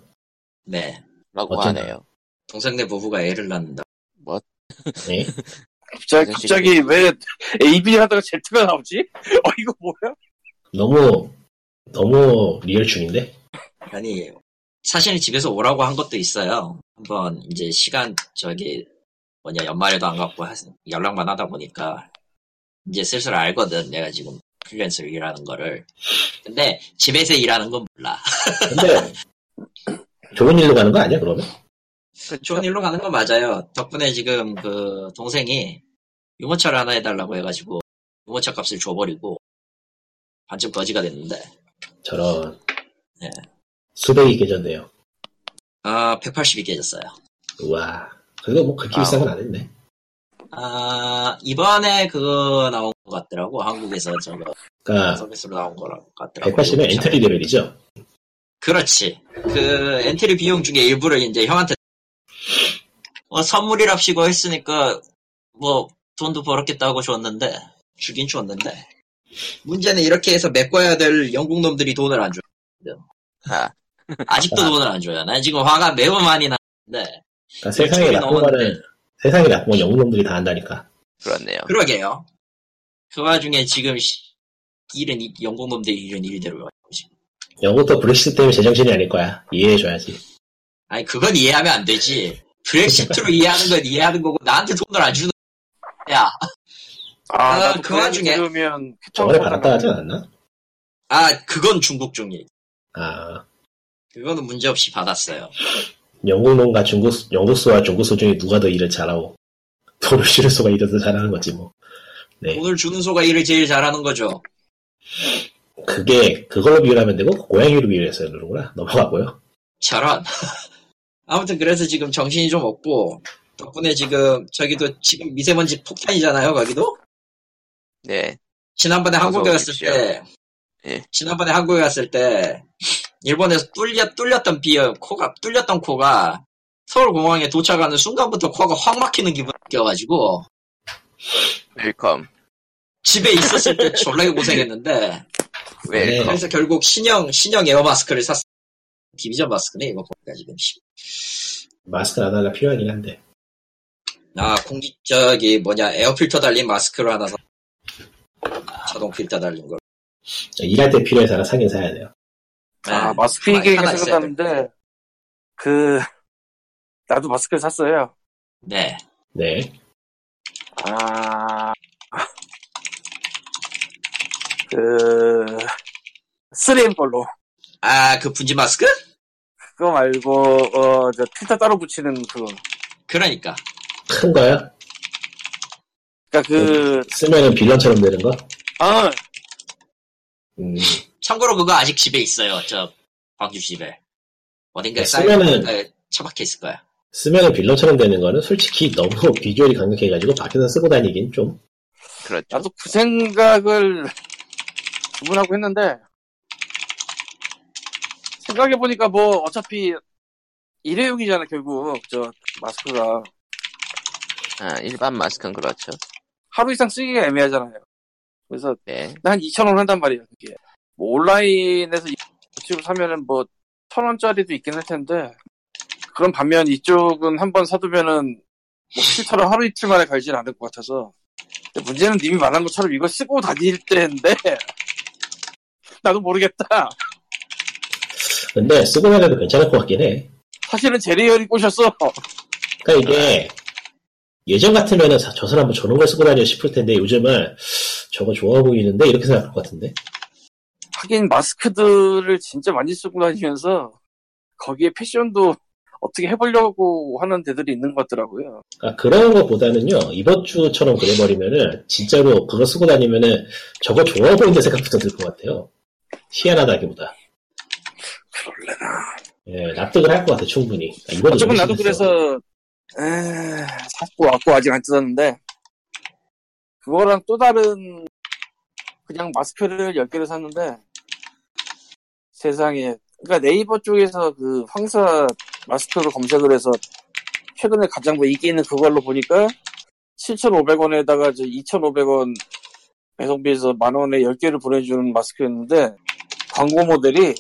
Speaker 3: 네.
Speaker 5: 라고
Speaker 4: 어쩐다.
Speaker 5: 하네요.
Speaker 3: 동생네 부부가 애를 낳는다.
Speaker 4: 네.
Speaker 2: 갑자기, 갑자기 왜 AB 하다가 Z가 나오지? 어, 이거 뭐야?
Speaker 4: 너무 너무 리얼 중인데.
Speaker 3: 아니, 사실 집에서 오라고 한 것도 있어요. 한번 이제 시간, 저기, 뭐냐, 연말에도 안 갖고 하- 연락만 하다 보니까, 이제 슬슬 알거든, 내가 지금 프리랜서로 일하는 거를. 근데 집에서 일하는 건 몰라.
Speaker 4: 근데 좋은 일로 가는 거 아니야 그러면?
Speaker 3: 좋은 일로 가는 건 맞아요. 덕분에 지금 그 동생이 유모차를 하나 해달라고 해가지고, 유모차 값을 줘버리고, 반쯤 거지가 됐는데,
Speaker 4: 저런.
Speaker 3: 예.
Speaker 4: 수백이 깨졌네요.
Speaker 3: 아, 180이 깨졌어요.
Speaker 4: 우와. 그거 뭐 그렇게 비싼 건 아닌데.
Speaker 3: 아, 이번에 그거 나온 것 같더라고. 한국에서 저거
Speaker 4: 그러니까
Speaker 3: 서비스로 나온 것 같더라고.
Speaker 4: 180은 엔트리 레벨이죠. 그러니까
Speaker 3: 그렇지. 그 엔트리 비용 중에 일부를 이제 형한테 뭐 선물이랍시고 했으니까 뭐 돈도 벌었겠다고 줬는데 주긴 줬는데 문제는 이렇게 해서 메꿔야 될 영국 놈들이 돈을 안 줘.
Speaker 5: 아,
Speaker 3: 아직도 돈을 안 줘요. 나 지금 화가 매우 많이 나는데
Speaker 4: 그러니까 세상에
Speaker 3: 일주일이
Speaker 4: 나쁜
Speaker 3: 네, 넘었는데.
Speaker 4: 거는 세상에 나쁜 건 영웅놈들이 다 한다니까.
Speaker 5: 그렇네요.
Speaker 3: 그러게요. 그 와중에 지금 시- 일은 이- 영국 놈들이 일은 일대로 지금.
Speaker 4: 영국도 브렉시트 때문에 제정신이 아닐 거야. 이해해줘야지.
Speaker 3: 아니 그건 이해하면 안 되지. 브렉시트로 이해하는 건 이해하는 거고 나한테 돈을 안 주는 거야.
Speaker 2: 아,
Speaker 3: 아,
Speaker 2: 나도
Speaker 3: 그 와중에.
Speaker 2: 그러면
Speaker 4: 저번에
Speaker 3: 어,
Speaker 4: 받았다 하지 않았나?
Speaker 3: 아, 그건 중국 중립.
Speaker 4: 아,
Speaker 3: 그거는 문제없이 받았어요.
Speaker 4: 영국놈과 중국, 영국수와 중국수 중에 누가 더 일을 잘하고, 돈을 주는 수가 일을 더 잘하는 거지, 뭐. 네.
Speaker 3: 오늘 주는 소가 일을 제일 잘하는 거죠.
Speaker 4: 그게, 그걸로 비교하면 되고, 고양이로 비교해서 그러는구나. 넘어가고요.
Speaker 3: 저런. 아무튼 그래서 지금 정신이 좀 없고, 덕분에 지금, 저기도 지금 미세먼지 폭탄이잖아요, 거기도?
Speaker 5: 네.
Speaker 3: 지난번에 한국에
Speaker 5: 어서
Speaker 3: 갔을
Speaker 5: 오십시오.
Speaker 3: 때,
Speaker 5: 예.
Speaker 3: 지난번에 한국에 갔을 때, 일본에서 뚫려, 뚫렸던 비어, 코가, 뚫렸던 코가, 서울공항에 도착하는 순간부터 코가 확 막히는 기분 느껴가지고,
Speaker 5: 웰컴.
Speaker 3: 집에 있었을 때 졸라 고생했는데,
Speaker 4: 네.
Speaker 5: 웰컴.
Speaker 3: 그래서 결국 신형 신형 에어 마스크를 샀어. 디비전 마스크네 이거 보니까 지금. 씨.
Speaker 4: 마스크 안 하나 필요하긴 한데.
Speaker 3: 아 공기 저기 뭐냐 에어 필터 달린 마스크를 하나 사. 자동 필터 달린 걸.
Speaker 4: 일할 때 필요해서 하나 사긴 사야 돼요.
Speaker 2: 아,
Speaker 3: 네.
Speaker 2: 마스크
Speaker 3: 하나
Speaker 2: 얘기가
Speaker 3: 있어야
Speaker 2: 생각났는데, 그, 나도 마스크를 샀어요.
Speaker 3: 네.
Speaker 4: 네.
Speaker 2: 아, 그, 3M 걸로.
Speaker 3: 아 그 분지 마스크?
Speaker 2: 그거 말고, 어, 저 필터 따로 붙이는 그거.
Speaker 3: 그러니까.
Speaker 4: 큰 거요?
Speaker 2: 그니까 그,
Speaker 4: 쓰면은 빌런처럼 되는 거?
Speaker 2: 아,
Speaker 4: 음.
Speaker 3: 참고로 그거 아직 집에 있어요. 저 광주 집에. 어딘가에
Speaker 4: 네,
Speaker 3: 쌓여
Speaker 4: 쓰면은-
Speaker 3: 있는 처박혀 있을 거야.
Speaker 4: 쓰면은 빌런처럼 되는 거는 솔직히 너무 비주얼이 강력해가지고 밖에서 쓰고 다니긴 좀.
Speaker 5: 그렇죠.
Speaker 2: 나도 그 생각을 주문하고 했는데, 생각해보니까 뭐, 어차피, 일회용이잖아, 결국. 저, 마스크가.
Speaker 5: 아, 일반 마스크는 그렇죠.
Speaker 2: 하루 이상 쓰기가 애매하잖아요. 그래서,
Speaker 5: 네.
Speaker 2: 근데 한 2,000원 한단 말이에요, 그게. 뭐, 온라인에서 이쪽으로 사면은 뭐, 1,000원짜리도 있긴 할 텐데, 그런 반면 이쪽은 한번 사두면은, 뭐, 필터를 하루 이틀 만에 갈진 않을 것 같아서. 근데 문제는 님이 말한 것처럼 이걸 쓰고 다닐 때인데, 나도 모르겠다.
Speaker 4: 근데 쓰고 나가도 괜찮을 것 같긴 해.
Speaker 2: 사실은 제리얼이 꼬셨어.
Speaker 4: 그러니까 이게
Speaker 2: 아.
Speaker 4: 예전 같으면은 자- 저 사람은 뭐 저런 걸 쓰고 다녀 싶을 텐데 요즘은 저거 좋아 보이는데 이렇게 생각할 것 같은데
Speaker 2: 하긴 마스크들을 진짜 많이 쓰고 다니면서, 거기에 패션도 어떻게 해보려고 하는 데들이 있는 것 같더라고요.
Speaker 4: 아, 그런 것보다는요, 이번 주처럼 그래버리면은, 진짜로 그거 쓰고 다니면은, 저거 좋아 보인다 생각부터 들 것 같아요. 희한하다기보다.
Speaker 2: 그럴래나.
Speaker 4: 예, 납득을 할 것 같아, 충분히. 아, 이번도
Speaker 2: 어쩌면
Speaker 4: 너무
Speaker 2: 나도
Speaker 4: 심했어.
Speaker 2: 그래서 에, 샀고 왔고 아직 안 뜯었는데 그거랑 또 다른 그냥 마스크를 10개를 샀는데 세상에 그러니까 네이버 쪽에서 그 황사 마스크로 검색을 해서 최근에 가장 뭐 인기 있는 그걸로 보니까 7,500원에다가 2,500원 배송비에서 만 원에 10개를 보내주는 마스크였는데 광고 모델이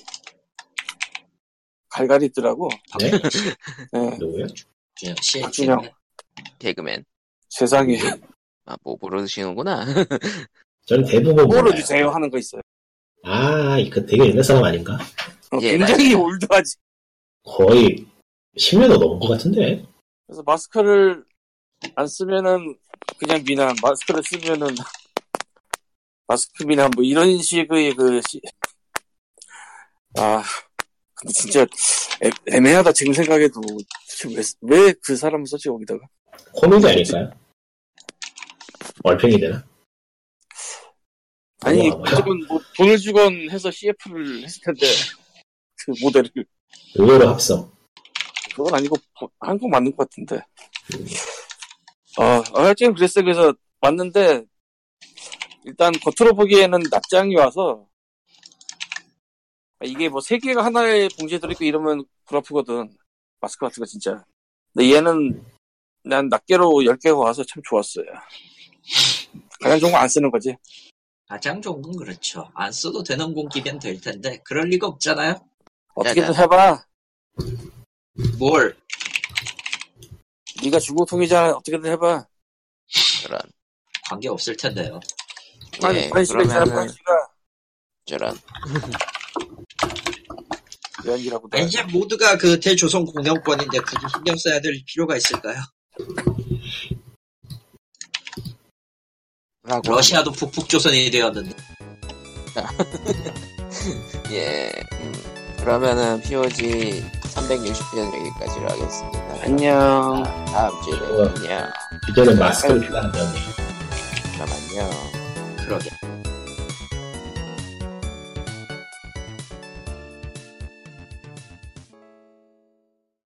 Speaker 2: 갈갈이 있더라고.
Speaker 4: 네?
Speaker 2: 예.
Speaker 4: 누구요?
Speaker 3: 그냥 시-
Speaker 4: 아,
Speaker 2: 박준영.
Speaker 5: 개그맨.
Speaker 2: 세상에
Speaker 5: 아, 뭐 모르시는구나.
Speaker 4: 저는 대부분
Speaker 2: 뭐로
Speaker 4: 몰라요.
Speaker 2: 주세요 하는 거 있어요.
Speaker 4: 아, 이거 되게 옛날 사람 아닌가?
Speaker 2: 어,
Speaker 5: 예,
Speaker 2: 굉장히
Speaker 5: 맞아요.
Speaker 2: 올드하지.
Speaker 4: 거의 10년도 넘은 것 같은데?
Speaker 2: 그래서 마스크를 안 쓰면은 그냥 미남, 마스크를 쓰면은 마스크 미남 뭐 이런 식의 그 시- 아, 근데 진짜 애, 애매하다 지금 생각해도 왜 그 사람을 썼지 거기다가
Speaker 4: 코미디 아닐까요? 얼평이 되나?
Speaker 2: 아니
Speaker 4: 우와.
Speaker 2: 무조건 뭐 돈을 주건 해서 CF를 했을 텐데 그 모델을
Speaker 4: 의외로 합성.
Speaker 2: 그건 아니고 보- 한국 맞는 것 같은데. 어, 하여튼 그랬어요. 그래서 맞는데 일단 겉으로 보기에는 납장이 와서 이게 뭐 세 개가 하나에 봉지에 들어있고 이러면 불 아프거든. 마스크 같은 거 진짜. 근데 얘는 난 낱개로 열 개가 와서 참 좋았어요. 가장 좋은 거 안 쓰는 거지.
Speaker 3: 가장 좋은 건 그렇죠. 안 써도 되는 공기면 될 텐데 그럴 리가 없잖아요.
Speaker 2: 어떻게든 해봐.
Speaker 3: 뭘?
Speaker 2: 네가 주고통이잖아. 어떻게든 해봐.
Speaker 5: 저런.
Speaker 3: 관계 없을 텐데요.
Speaker 2: 빨리
Speaker 5: 예,
Speaker 2: 빨리 시간 있잖아.
Speaker 5: 그러면은-
Speaker 2: 빨리 시간.
Speaker 5: 저런.
Speaker 2: 연기라고.
Speaker 3: 아, 이제 모두가 그 대조선 공영권인데 굳이 신경 써야 될 필요가 있을까요?
Speaker 5: 라고.
Speaker 3: 러시아도 북북조선이 되었는데
Speaker 5: 예. 음. 그러면은 POG 360편 여기까지로 하겠습니다.
Speaker 2: 안녕.
Speaker 5: 다음 주에
Speaker 4: 어.
Speaker 5: 뵙군요.
Speaker 2: 네.
Speaker 4: 이제는 마스크를 필요한데.
Speaker 5: 그럼 안녕.
Speaker 3: 그러게.